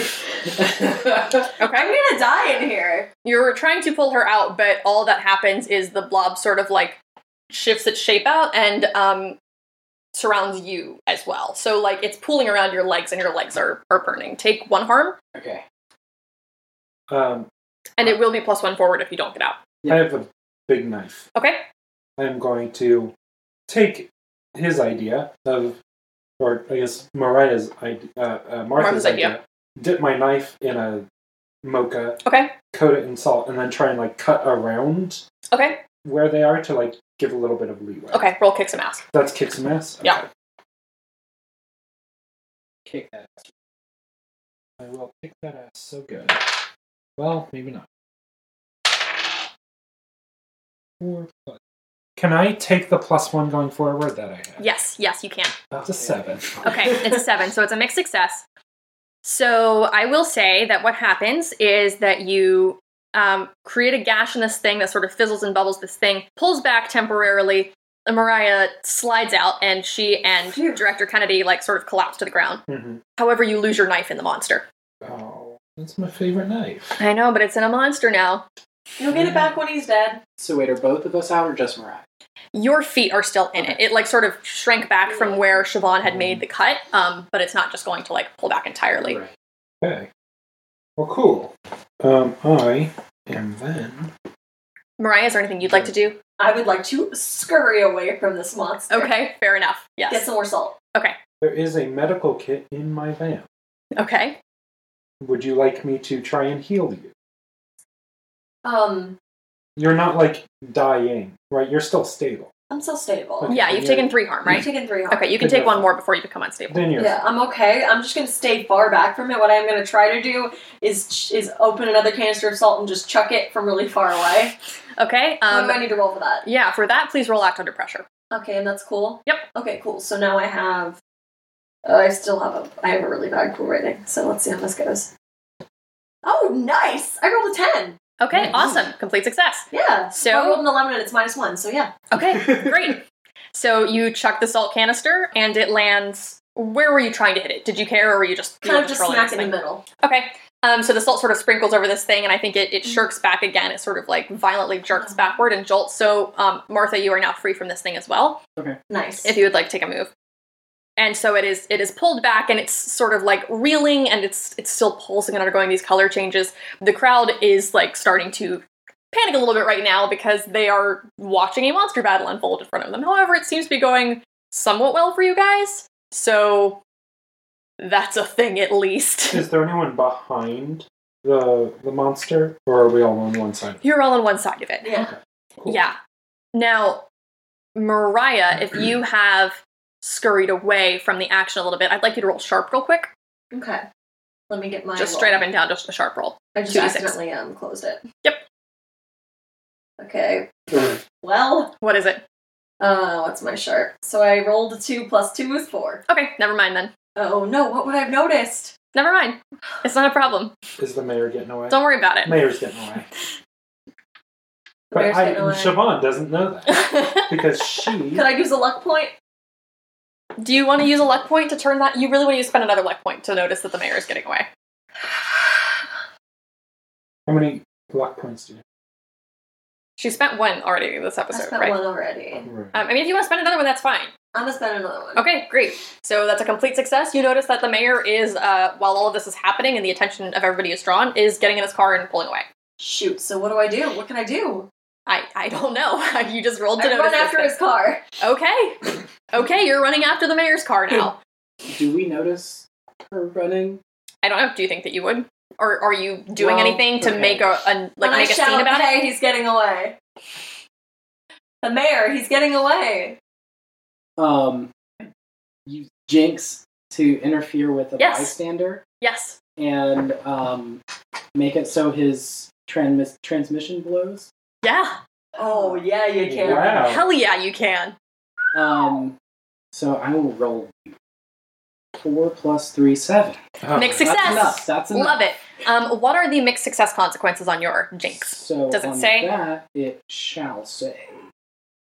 Speaker 5: Okay.
Speaker 4: gonna die in here.
Speaker 5: You're trying to pull her out, but all that happens is the blob sort of like shifts its shape out and um surrounds you as well. So like it's pulling around your legs and your legs are, are burning. Take one harm,
Speaker 3: okay.
Speaker 1: Um,
Speaker 5: and it will be plus one forward if you don't get out.
Speaker 1: I have a big knife.
Speaker 5: Okay?
Speaker 1: I'm going to take his idea of, or I guess Mariah's idea, uh, uh, Martha's,
Speaker 5: Martha's idea.
Speaker 1: idea. Dip my knife in a mocha,
Speaker 5: Okay.
Speaker 1: coat it in salt, and then try and like cut around
Speaker 5: Okay.
Speaker 1: where they are to like give a little bit of leeway.
Speaker 5: Okay, roll kick some ass.
Speaker 1: That's kick some ass.
Speaker 5: Yeah.
Speaker 1: Okay.
Speaker 3: Kick that.
Speaker 1: I will kick that ass so good. Well, maybe not. Four plus. Can I take the plus one going forward that I have?
Speaker 5: Yes, yes, you can.
Speaker 1: That's a seven.
Speaker 5: Okay, it's a seven, so it's a mixed success. So I will say that what happens is that you um, create a gash in this thing that sort of fizzles and bubbles. This thing pulls back temporarily. And Mariah slides out, and she and
Speaker 4: Phew.
Speaker 5: Director Kennedy like sort of collapse to the ground.
Speaker 1: hmm
Speaker 5: However, you lose your knife in the monster.
Speaker 1: Oh, that's my favorite
Speaker 4: Uh,
Speaker 1: knife.
Speaker 5: I know, but it's in a monster now.
Speaker 4: You'll get it back when he's dead.
Speaker 3: So wait, are both of us out or just Mariah?
Speaker 5: Your feet are still in it. It like sort of shrank back from where Siobhan had made the cut, um, but it's not just going to like pull back entirely.
Speaker 3: Right.
Speaker 1: Okay. Well, cool. Um, I am then.
Speaker 5: Mariah, is there anything you'd like to do?
Speaker 4: I would like to scurry away from this monster.
Speaker 5: Okay, fair enough. Yes.
Speaker 4: Get some more salt.
Speaker 1: There is a medical kit in my van.
Speaker 5: Okay.
Speaker 1: Would you like me to try and heal you?
Speaker 4: Um,
Speaker 1: You're not like dying, right? You're still stable.
Speaker 4: I'm so stable.
Speaker 1: Okay.
Speaker 5: Yeah, you've
Speaker 1: Yeah.
Speaker 5: taken three harm,
Speaker 4: I'm
Speaker 5: right?
Speaker 4: taking three harm.
Speaker 5: Okay, you can take one more before you become unstable.
Speaker 1: Then you're
Speaker 4: Yeah, I'm okay. I'm just gonna stay far back from it. What I'm gonna try to do is is open another canister of salt and just chuck it from really far away.
Speaker 5: Okay.
Speaker 4: Um, what do I
Speaker 5: Um,
Speaker 4: need to roll for that?
Speaker 5: yeah, for that, please roll act under pressure.
Speaker 4: Okay, and that's cool.
Speaker 5: Yep.
Speaker 4: Okay, cool. So now I have. Uh, I still have a. I have a really bad cool rating. So let's see how this goes. Oh, nice! I rolled a ten.
Speaker 5: Okay,
Speaker 3: Nice.
Speaker 5: awesome. Complete success.
Speaker 4: Yeah.
Speaker 5: So-
Speaker 4: I rolled an eleven, and it's minus one. So yeah.
Speaker 5: Okay, great. So you chuck the salt canister and it lands. Where were you trying to hit it? Did you care or were you just you
Speaker 4: Kind
Speaker 5: were
Speaker 4: of just
Speaker 5: rolling
Speaker 4: smack
Speaker 5: this
Speaker 4: in the
Speaker 5: thing?
Speaker 4: middle. Mm-hmm.
Speaker 5: Okay. Um, so the salt sort of sprinkles over this thing, and I think it, it shirks back again. It sort of like violently
Speaker 4: Uh-huh.
Speaker 5: jerks backward and jolts. So, um, Martha, you are now free from this thing as well.
Speaker 4: Nice.
Speaker 5: if you would like to take a move. And so it is it is pulled back and it's sort of like reeling and it's it's still pulsing and undergoing these color changes. The crowd is like starting to panic a little bit right now because they are watching a monster battle unfold in front of them. However, it seems to be going somewhat well for you guys. So that's a thing at least.
Speaker 1: Is there anyone behind the the monster, or are we all on one side?
Speaker 5: You're all on one side of it.
Speaker 4: yeah.
Speaker 1: Cool.
Speaker 5: Yeah. Now, Mariah, if you have scurried away from the action a little bit, I'd like you to roll sharp real quick.
Speaker 4: Okay. Let me get my.
Speaker 5: just
Speaker 4: roll.
Speaker 5: straight up and down, just a sharp roll.
Speaker 4: I just
Speaker 5: 2d6.
Speaker 4: accidentally um closed it.
Speaker 5: Yep.
Speaker 4: Okay. well,
Speaker 5: What is it?
Speaker 4: uh, what's my sharp? So I rolled a two plus two is four.
Speaker 5: Okay, never mind then.
Speaker 4: Oh no! What would I've noticed?
Speaker 5: Never mind. It's not a problem.
Speaker 1: Is the mayor getting away?
Speaker 5: Don't worry about it.
Speaker 1: Mayor's getting away. But
Speaker 4: Mayor's
Speaker 1: I,
Speaker 4: getting away.
Speaker 1: Siobhan doesn't know that because she.
Speaker 4: Could I use a luck point?
Speaker 5: Do you want to use a luck point to turn that? You really want to spend another luck point to notice that the mayor is getting away.
Speaker 1: How many luck points do you
Speaker 5: She spent one already this
Speaker 4: I
Speaker 5: episode,
Speaker 4: spent
Speaker 5: right?
Speaker 4: one already.
Speaker 1: have?
Speaker 5: Um, I mean, if you want to spend another one, that's fine.
Speaker 4: I'm gonna spend another one.
Speaker 5: Okay, great. So that's a complete success. You notice that the mayor is, uh, while all of this is happening and the attention of everybody is drawn, is getting in his car and pulling away.
Speaker 4: Shoot. So what do I do? What can I do?
Speaker 5: I, I don't know. you just rolled to
Speaker 4: I
Speaker 5: notice.
Speaker 4: run
Speaker 5: this
Speaker 4: after
Speaker 5: thing.
Speaker 4: his car.
Speaker 5: Okay. Okay, you're running after the mayor's car now.
Speaker 3: Do we notice her running?
Speaker 5: I don't know. Do you think that you would? Or are you doing
Speaker 3: Well,
Speaker 5: anything to
Speaker 3: okay.
Speaker 5: make a, a like
Speaker 4: when
Speaker 5: make
Speaker 4: I
Speaker 5: a
Speaker 4: shout,
Speaker 5: scene about it?
Speaker 4: hey, he's getting away. The mayor, he's getting away.
Speaker 3: Um, use Jinx to interfere with a
Speaker 5: Yes.
Speaker 3: bystander
Speaker 5: Yes.
Speaker 3: and um, make it so his transmis- transmission blows.
Speaker 5: Yeah.
Speaker 4: Oh yeah, you can.
Speaker 3: Oh.
Speaker 1: Wow.
Speaker 5: Hell yeah, you can.
Speaker 3: Um, so I will roll four plus three seven.
Speaker 1: Oh,
Speaker 5: Next
Speaker 3: That's
Speaker 5: Success!
Speaker 3: enough. That's enough.
Speaker 5: Love it. Um, what are the mixed success consequences on your jinx?
Speaker 3: So
Speaker 5: Does it
Speaker 3: on
Speaker 5: say?
Speaker 3: that it shall say.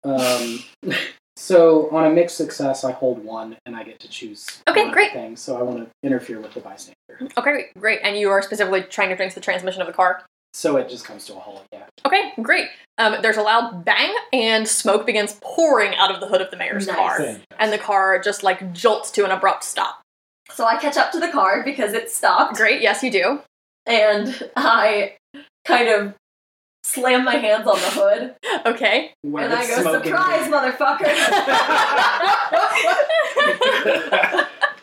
Speaker 3: Um, so on a mixed success, I hold one, and I get to choose.
Speaker 5: Okay,
Speaker 3: one
Speaker 5: great.
Speaker 3: Thing. So I want to interfere with the bystander,
Speaker 5: Okay, great. And you are specifically trying to drink the transmission of the car.
Speaker 3: so it just comes to a halt. Yeah.
Speaker 5: Okay, great. Um, there's a loud bang, and smoke begins pouring out of the hood of the mayor's
Speaker 4: Nice.
Speaker 5: car.
Speaker 1: Fantastic.
Speaker 5: And the car just like jolts to an abrupt stop.
Speaker 4: So I catch up to the car because it stopped,
Speaker 5: Great, yes, you do.
Speaker 4: and I kind of slam my hands on the hood,
Speaker 5: Okay.
Speaker 3: Where
Speaker 4: and I
Speaker 3: it's
Speaker 4: go,
Speaker 3: smoking.
Speaker 4: "Surprise, motherfucker!"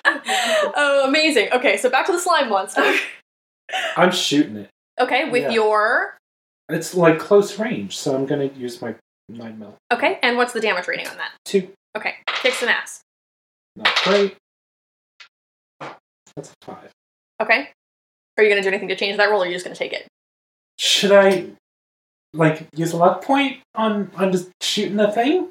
Speaker 5: oh, amazing. Okay, so back to the slime monster.
Speaker 1: I'm shooting it.
Speaker 5: Okay, with
Speaker 1: Yeah.
Speaker 5: your.
Speaker 1: It's like close range, so I'm gonna use my nine mil.
Speaker 5: Okay, and what's the damage rating on that?
Speaker 1: Two.
Speaker 5: Okay, kicks an ass.
Speaker 1: Not great. That's a five.
Speaker 5: Okay. Are you going to do anything to change that roll, or are you just going to take it?
Speaker 1: Should I like use a luck point on on just shooting the thing?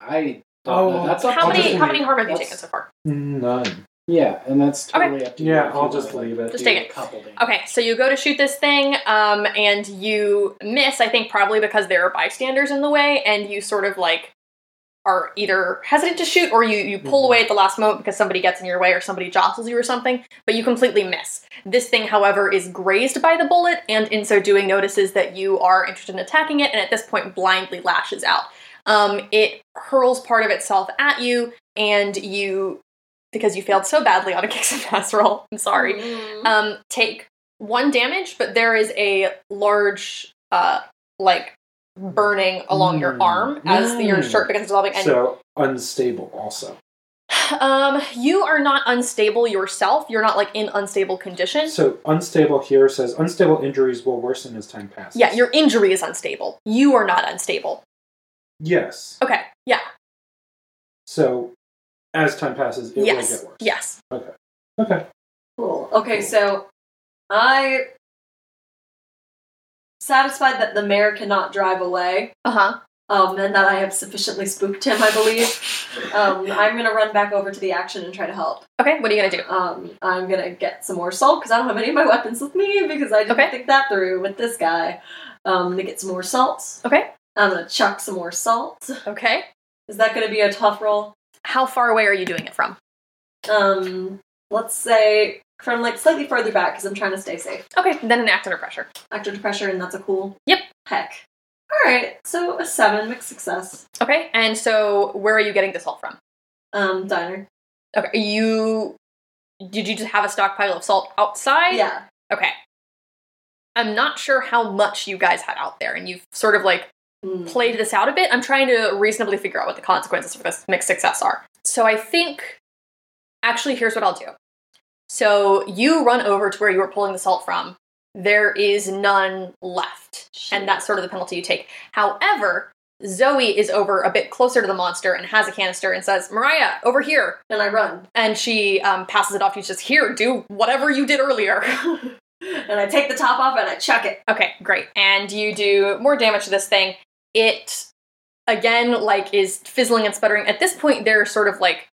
Speaker 3: I don't
Speaker 1: Oh,
Speaker 3: know. That's up
Speaker 5: How
Speaker 3: to
Speaker 5: many,
Speaker 3: you.
Speaker 5: how many harm have you
Speaker 3: That's-
Speaker 5: taken so far?
Speaker 1: None.
Speaker 3: Yeah, and that's
Speaker 5: Okay.
Speaker 3: totally up to you.
Speaker 1: Yeah,
Speaker 3: if you
Speaker 1: I'll just
Speaker 3: wanna
Speaker 1: leave it.
Speaker 5: Just
Speaker 3: do
Speaker 5: take
Speaker 3: a
Speaker 5: it.
Speaker 3: couple days.
Speaker 5: Okay, so you go to shoot this thing, um, and you miss, I think probably because there are bystanders in the way, and you sort of like are either hesitant to shoot or you, you pull
Speaker 1: Mhm.
Speaker 5: away at the last moment because somebody gets in your way or somebody jostles you or something, but you completely miss. This thing, however, is grazed by the bullet, and in so doing, notices that you are interested in attacking it, and at this point, blindly lashes out. Um, it hurls part of itself at you, and you, because you failed so badly on a kicks and pass roll, I'm sorry,
Speaker 4: Mm.
Speaker 5: um, take one damage, but there is a large, uh, like, burning along your
Speaker 1: Mm.
Speaker 5: arm as your
Speaker 1: Mm.
Speaker 5: shirt begins dissolving. And
Speaker 1: So unstable also.
Speaker 5: um, you are not unstable yourself. You're not like in unstable condition.
Speaker 1: So unstable here says unstable injuries will worsen as time passes.
Speaker 5: Yeah, your injury is unstable. You are not unstable.
Speaker 1: Yes.
Speaker 5: Okay. Yeah.
Speaker 1: So as time passes, it will
Speaker 5: yes.
Speaker 1: get worse.
Speaker 5: Yes.
Speaker 1: Okay.
Speaker 4: Cool. Okay, so I satisfied that the mayor cannot drive away,
Speaker 5: Uh huh.
Speaker 4: um, and that I have sufficiently spooked him, I believe. Um, I'm gonna run back over to the action and try to help.
Speaker 5: Okay. What are you gonna do?
Speaker 4: Um, I'm gonna get some more salt because I don't have any of my weapons with me because I didn't
Speaker 5: Okay.
Speaker 4: think that through with this guy. Um, to get some more salt.
Speaker 5: Okay.
Speaker 4: I'm gonna chuck some more salt.
Speaker 5: Okay.
Speaker 4: Is that gonna be a tough roll?
Speaker 5: How far away are you doing it from?
Speaker 4: Um, let's say from like slightly further back because I'm trying to stay safe.
Speaker 5: Okay. Then an act under pressure.
Speaker 4: Actor to pressure, and that's a cool.
Speaker 5: Yep.
Speaker 4: Heck. All right. So a seven mixed success.
Speaker 5: Okay. And so, where are you getting this all from?
Speaker 4: Um, diner.
Speaker 5: Okay, you did you just have a stockpile of salt outside?
Speaker 4: Yeah.
Speaker 5: Okay. I'm not sure how much you guys had out there, and you've sort of like
Speaker 4: Mm.
Speaker 5: played this out a bit. I'm trying to reasonably figure out what the consequences for this mixed success are. So I think actually here's what I'll do. So you run over to where you were pulling the salt from. There is none left and that's sort of the penalty you take. However, Zoe is over a bit closer to the monster and has a canister and says, Mariah, over here.
Speaker 4: And I run,
Speaker 5: And she um, passes it off. to you. She says, Here, do whatever you did earlier.
Speaker 4: and I take the top off, and I chuck it.
Speaker 5: okay, great. And you do more damage to this thing. It, again, like, is fizzling and sputtering. At this point, they're sort of like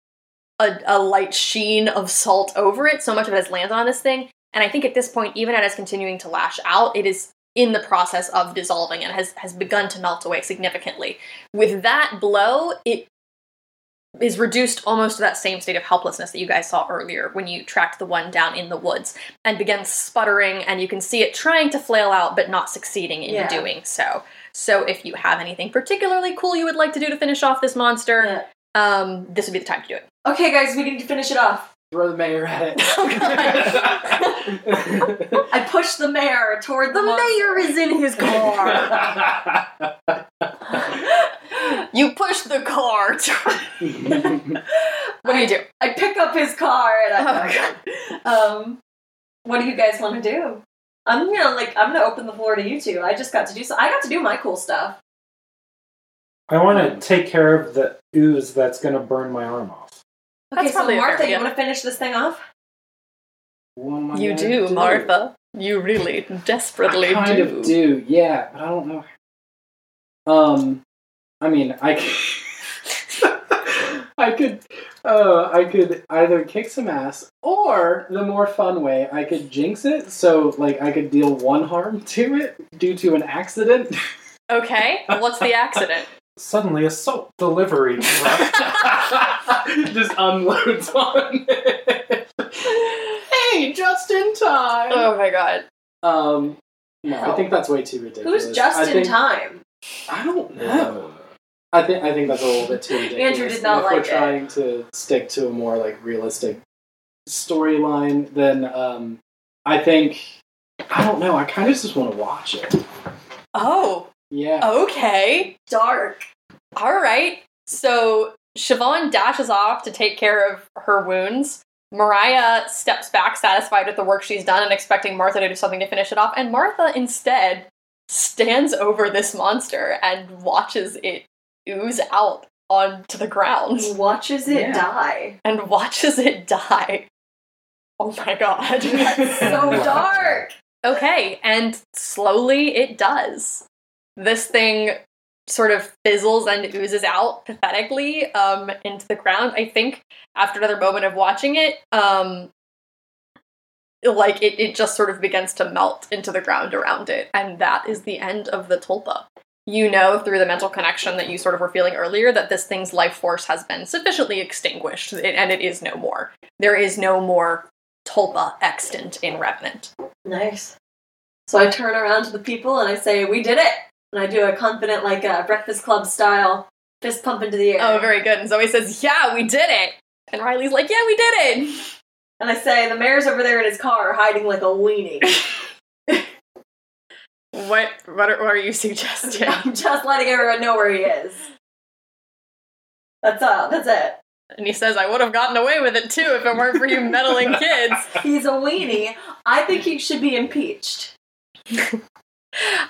Speaker 5: a, a light sheen of salt over it. So much of it has landed on this thing. And I think at this point, even as it's continuing to lash out, it is in the process of dissolving and has, has begun to melt away significantly. With that blow, it is reduced almost to that same state of helplessness that you guys saw earlier when you tracked the one down in the woods and begins sputtering and you can see it trying to flail out but not succeeding in
Speaker 4: Yeah.
Speaker 5: doing so. So if you have anything particularly cool you would like to do to finish off this monster,
Speaker 4: Yeah.
Speaker 5: um, this would be the time to do it.
Speaker 4: Okay, guys, we need to finish it off.
Speaker 3: Throw the mayor at
Speaker 5: Oh,
Speaker 3: it.
Speaker 4: I pushed the mayor toward the, monster.
Speaker 5: is in his you push the car. to- what do you do?
Speaker 4: I pick up his car and I.
Speaker 5: Oh,
Speaker 4: um, what do you guys want to do? I'm gonna like I'm gonna open the floor to you two. I just got to do so. I got to do my cool stuff.
Speaker 1: I want to take care of the ooze that's going to burn my arm off.
Speaker 4: Okay,
Speaker 5: That's
Speaker 4: so
Speaker 5: probably a fair
Speaker 4: Martha, you
Speaker 5: idea.
Speaker 4: want to finish this thing off?
Speaker 3: What am I
Speaker 5: You
Speaker 3: gonna
Speaker 5: do, Martha. You really desperately
Speaker 3: I kind
Speaker 5: do.
Speaker 3: of do, yeah, but I don't know. Um, I mean, I could, I could, uh, I could either kick some ass, or the more fun way, I could jinx it. So, like, I could deal one harm to it due to an accident.
Speaker 5: Okay, what's the accident?
Speaker 1: Suddenly, assault delivery truck.
Speaker 3: Just unloads on it. hey, just in time.
Speaker 5: Oh my god.
Speaker 3: Um, no, I think that's way too ridiculous.
Speaker 4: Who's just
Speaker 3: I
Speaker 4: in
Speaker 3: think-
Speaker 4: time?
Speaker 3: I don't know. I think I think that's a little bit too ridiculous.
Speaker 4: Andrew did not
Speaker 3: And if we're
Speaker 4: like it.
Speaker 3: trying to stick to a more like realistic storyline, then um, I think I don't know. I kind of just want to watch it.
Speaker 5: Oh,
Speaker 3: Yeah.
Speaker 5: okay.
Speaker 4: Dark.
Speaker 5: All right. So Siobhan dashes off to take care of her wounds. Mariah steps back, satisfied with the work she's done and expecting Martha to do something to finish it off. And Martha instead stands over this monster and watches it ooze out onto the ground
Speaker 4: Watches it
Speaker 3: Yeah.
Speaker 4: die.
Speaker 5: and watches it die. Oh my god.
Speaker 4: So dark.
Speaker 5: Okay, and slowly it does. This thing sort of fizzles and oozes out pathetically um, into the ground. I think after another moment of watching it, um, like it, it just sort of begins to melt into the ground around it. And that is the end of the tulpa. You know through the mental connection that you sort of were feeling earlier that this thing's life force has been sufficiently extinguished and it is no more. There is no more tulpa extant in Revenant.
Speaker 4: Nice. So I turn around to the people and I say, "We did it!" And I do a confident, like a Breakfast Club style fist pump into the air.
Speaker 5: Oh, very good. And Zoe says, Yeah, we did it. And Riley's like, Yeah, we did it.
Speaker 4: And I say, "The mayor's over there in his car, hiding like a weenie."
Speaker 5: What what are, what are you suggesting?
Speaker 4: I'm just letting everyone know where he is. That's all. That's it.
Speaker 5: And he says, I would have gotten away with it too if it weren't for you meddling kids.
Speaker 4: He's a weenie. I think he should be impeached.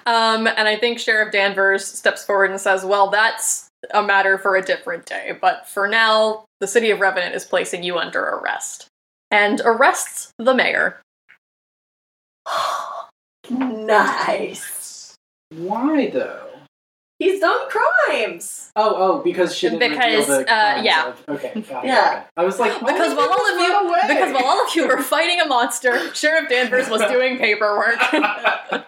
Speaker 5: Um, and I think Sheriff Danvers steps forward and says, Well, that's a matter for a different day, but for now, the city of Revenant is placing you under arrest. And arrests the mayor.
Speaker 4: nice.
Speaker 3: Why though?
Speaker 4: He's done crimes.
Speaker 3: Oh, oh, because she didn't
Speaker 5: Because,
Speaker 3: reveal the
Speaker 5: uh,
Speaker 3: crimes
Speaker 5: yeah.
Speaker 3: Of, okay. Got it,
Speaker 4: Yeah.
Speaker 3: got it. I was like, why
Speaker 5: Because
Speaker 3: did
Speaker 5: while
Speaker 3: they
Speaker 5: all
Speaker 3: just
Speaker 5: of you
Speaker 3: run away?
Speaker 5: because while all of you were fighting a monster, Sheriff Danvers was doing paperwork.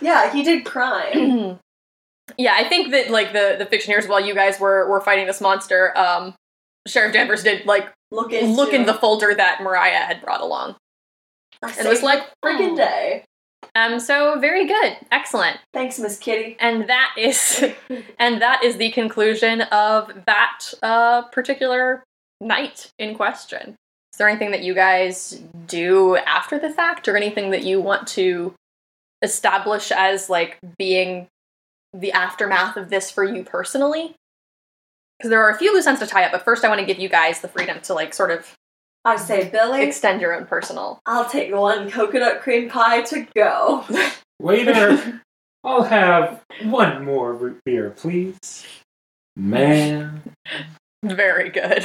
Speaker 4: Yeah, he did crime.
Speaker 5: yeah, I think that like the the fictioneers, while you guys were were fighting this monster, um, Sheriff Danvers did like
Speaker 4: Look into
Speaker 5: look in the folder that Mariah had brought along, and
Speaker 4: It
Speaker 5: was like,
Speaker 4: freaking day.
Speaker 5: um, so very good, excellent,
Speaker 4: Thanks, Miss Kitty.
Speaker 5: and that is, and that is the conclusion of that uh particular night in question. Is there anything that you guys do after the fact, or anything that you want to establish as like being the aftermath of this for you personally? Because there are a few loose ends to tie up, but first I want to give you guys the freedom to like sort of
Speaker 4: I say, Billy,
Speaker 5: extend your own personal.
Speaker 4: I'll take one coconut cream pie to go.
Speaker 1: Waiter, I'll have one more root beer, please. Man.
Speaker 5: Very good.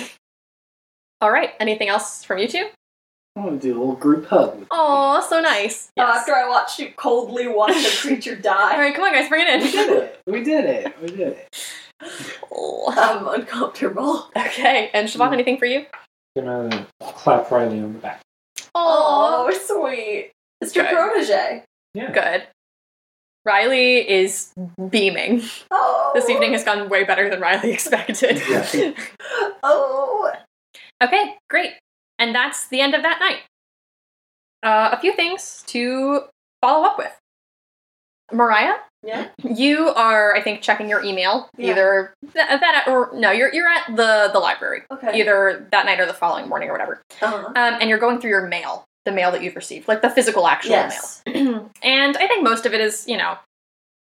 Speaker 5: All right. Anything else from you two?
Speaker 3: I want to do a little group hug.
Speaker 5: Oh, so nice.
Speaker 4: Oh,
Speaker 5: Yes.
Speaker 4: after I watched you coldly watch the creature
Speaker 5: All
Speaker 4: die.
Speaker 5: right, come on, guys, bring
Speaker 3: We
Speaker 5: it
Speaker 3: did
Speaker 5: in.
Speaker 3: it. We did it. We did it.
Speaker 5: Cool.
Speaker 4: I'm uncomfortable.
Speaker 5: Okay, and Siobhan, anything for you?
Speaker 1: Gonna clap Riley on the back.
Speaker 4: Oh, sweet. It's your
Speaker 5: Okay.
Speaker 4: protege.
Speaker 1: Yeah.
Speaker 5: Good. Riley is beaming.
Speaker 4: Oh,
Speaker 5: This evening has gone way better than Riley expected.
Speaker 1: Yeah.
Speaker 4: Oh,
Speaker 5: Okay, great. And that's the end of that night. Uh, a few things to follow up with. Mariah?
Speaker 4: Yeah?
Speaker 5: You are, I think, checking your email
Speaker 4: Yeah.
Speaker 5: either th- that or no, you're you're at the the library
Speaker 4: okay.
Speaker 5: either that night or the following morning or whatever.
Speaker 4: Uh-huh.
Speaker 5: Um, and you're going through your mail, the mail that you've received, like the physical actual
Speaker 4: Yes.
Speaker 5: mail. and I think most of it is, you know,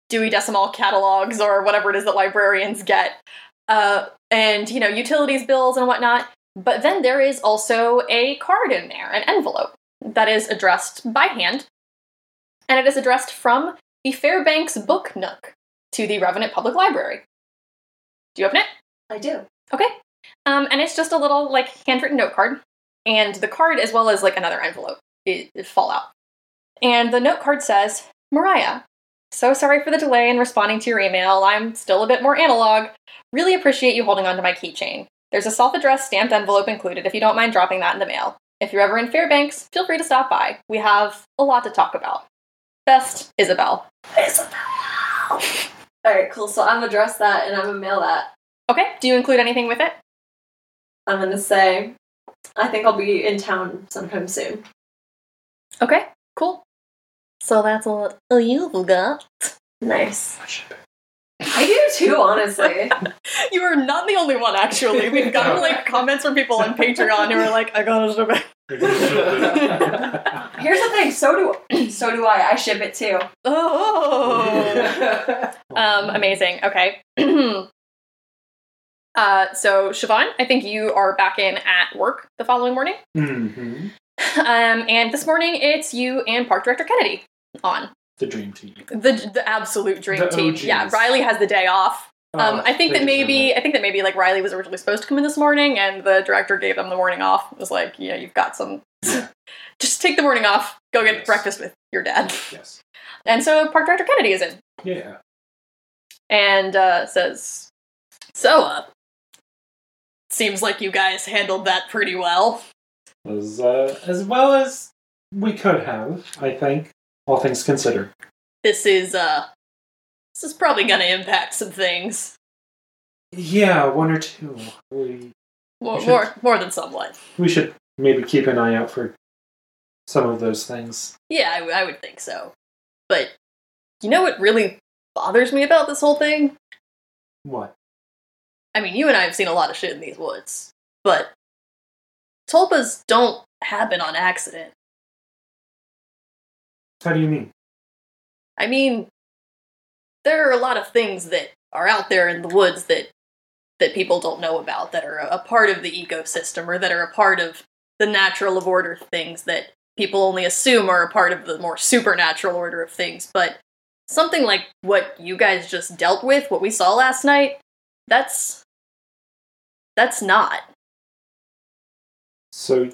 Speaker 5: Dewey Decimal catalogs or whatever it is that librarians get, uh, and you know, utilities bills and whatnot. But then there is also a card in there, an envelope that is addressed by hand, and it is addressed from the Fairbanks Book Nook to the Revenant Public Library. Do you open it?
Speaker 4: I do.
Speaker 5: Um, and it's just a little like handwritten note card, and the card as well as like another envelope i- is fallout. And the note card says, "Mariah, so sorry for the delay in responding to your email. I'm still a bit more analog. Really appreciate you holding on to my keychain. There's a self-addressed stamped envelope included. If you don't mind dropping that in the mail. If you're ever in Fairbanks, feel free to stop by. We have a lot to talk about. Best, Isabel.
Speaker 4: Isabel. All right, cool. So I'm gonna dress that and I'm gonna mail that.
Speaker 5: Okay. Do you include anything with it?
Speaker 4: I'm gonna say, I think I'll be in town sometime soon.
Speaker 5: Okay. Cool. So that's what you've got."
Speaker 4: Nice. I do too, honestly.
Speaker 5: You are not the only one, actually. We've gotten like comments from people on Patreon who are like, "I gotta ship it."
Speaker 4: Here's the thing. So do so do I. I ship it too.
Speaker 5: Oh, um, amazing. Okay. uh, so Siobhan, I think you are back in at work the following morning.
Speaker 1: hmm
Speaker 5: Um, and this morning it's you and Park Director Kennedy on
Speaker 1: The dream team.
Speaker 5: the the absolute dream
Speaker 1: The
Speaker 5: team.
Speaker 1: OGs.
Speaker 5: Yeah, Riley has the day off. Um,
Speaker 1: Oh,
Speaker 5: I think
Speaker 1: they deserve
Speaker 5: that maybe
Speaker 1: it.
Speaker 5: I think that maybe like Riley was originally supposed to come in this morning, and the director gave them the morning off. It was like, yeah, you've got some.
Speaker 1: Yeah.
Speaker 5: Just take the morning off. Go get
Speaker 1: Yes.
Speaker 5: breakfast with your dad.
Speaker 1: Yes.
Speaker 5: And so Park Director Kennedy is in
Speaker 1: Yeah.
Speaker 5: and uh, says, "So uh, seems like you guys handled that pretty well."
Speaker 1: As, uh, as well as we could have, I think, all things considered.
Speaker 5: This is uh, this is probably going to impact some things.
Speaker 1: Yeah, one or two. We
Speaker 5: More,
Speaker 1: Sure.
Speaker 5: more, more than somewhat.
Speaker 1: we should maybe keep an eye out for some of those things.
Speaker 5: Yeah, I, w- I would think so. But you know what really bothers me about this whole thing?
Speaker 1: What?
Speaker 5: I mean, you and I have seen a lot of shit in these woods, but tulpas don't happen on accident.
Speaker 1: How do you mean?
Speaker 5: I mean, there are a lot of things that are out there in the woods that that people don't know about that are a, a part of the ecosystem or that are a part of the natural of order things that people only assume are a part of the more supernatural order of things, but something like what you guys just dealt with, what we saw last night, that's that's not.
Speaker 1: So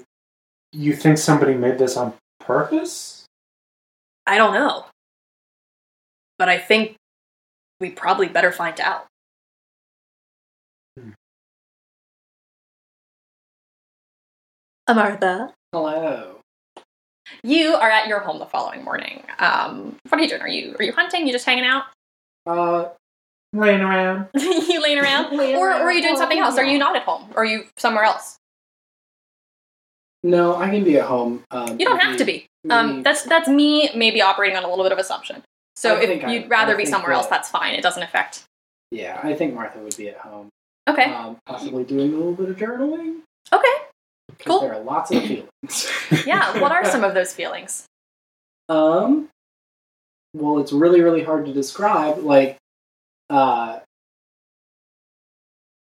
Speaker 1: you think somebody made this on purpose?
Speaker 5: I don't know. But I think we probably better find out.
Speaker 1: Hmm.
Speaker 5: Amartha,
Speaker 3: Hello.
Speaker 5: you are at your home the following morning. Um, what are you doing? Are you are you hunting? You just hanging out?
Speaker 3: Uh,
Speaker 1: Laying around.
Speaker 5: you laying around?
Speaker 4: Laying
Speaker 5: or, or are you doing
Speaker 4: around.
Speaker 5: something else? Are you not at home? Or are you somewhere else?
Speaker 3: no, I can be at home. Um,
Speaker 5: You don't have to be. Um, that's that's me maybe operating on a little bit of assumption. So
Speaker 3: Mm-hmm. I
Speaker 5: if
Speaker 3: think I-
Speaker 5: you'd rather
Speaker 3: I
Speaker 5: be
Speaker 3: think
Speaker 5: somewhere
Speaker 3: that-
Speaker 5: else, that's fine. It doesn't affect.
Speaker 3: yeah, I think Martha would be at home.
Speaker 5: Okay.
Speaker 3: Um, possibly doing a little bit of journaling.
Speaker 5: Okay.
Speaker 3: 'cause
Speaker 5: Cool.
Speaker 3: There are lots of feelings.
Speaker 5: Yeah. What are some of those feelings?
Speaker 3: Um, well, it's really, really hard to describe. Like, uh,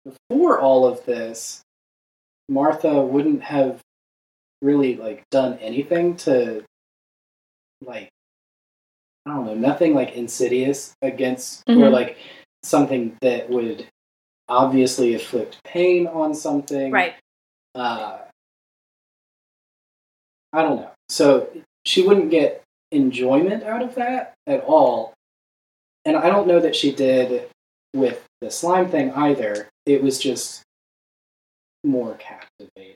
Speaker 3: before all of this, Martha wouldn't have really like done anything to, like, I don't know, nothing like insidious against or
Speaker 5: Mhm.
Speaker 3: like something that would obviously afflict pain on something
Speaker 5: Right.
Speaker 3: uh, I don't know. So she wouldn't get enjoyment out of that at all. And I don't know that she did with the slime thing either. It was just more captivating.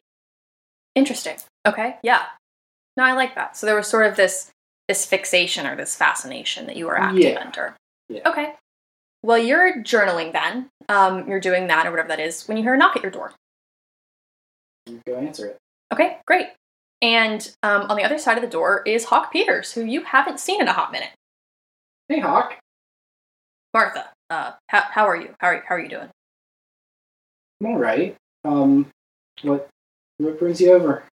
Speaker 5: Interesting. Okay. Yeah. No, I like that. So there was sort of this this fixation or this fascination that you were active
Speaker 3: Yeah.
Speaker 5: under.
Speaker 3: Yeah.
Speaker 5: Okay. Well, you're journaling then. Um, you're doing that or whatever that is when you hear a knock at your door.
Speaker 3: You go answer it.
Speaker 5: Okay, great. And um, on the other side of the door is Hawk Peters, who you haven't seen in a hot minute.
Speaker 3: Hey, Hawk.
Speaker 5: Martha, uh, how, how are you? How are you? How are you doing?
Speaker 3: I'm all right. Um, what what brings you over?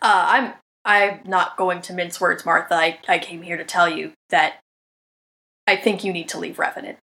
Speaker 5: Uh, I'm I'm not going to mince words, Martha. I, I came here to tell you that I think you need to leave Revenant.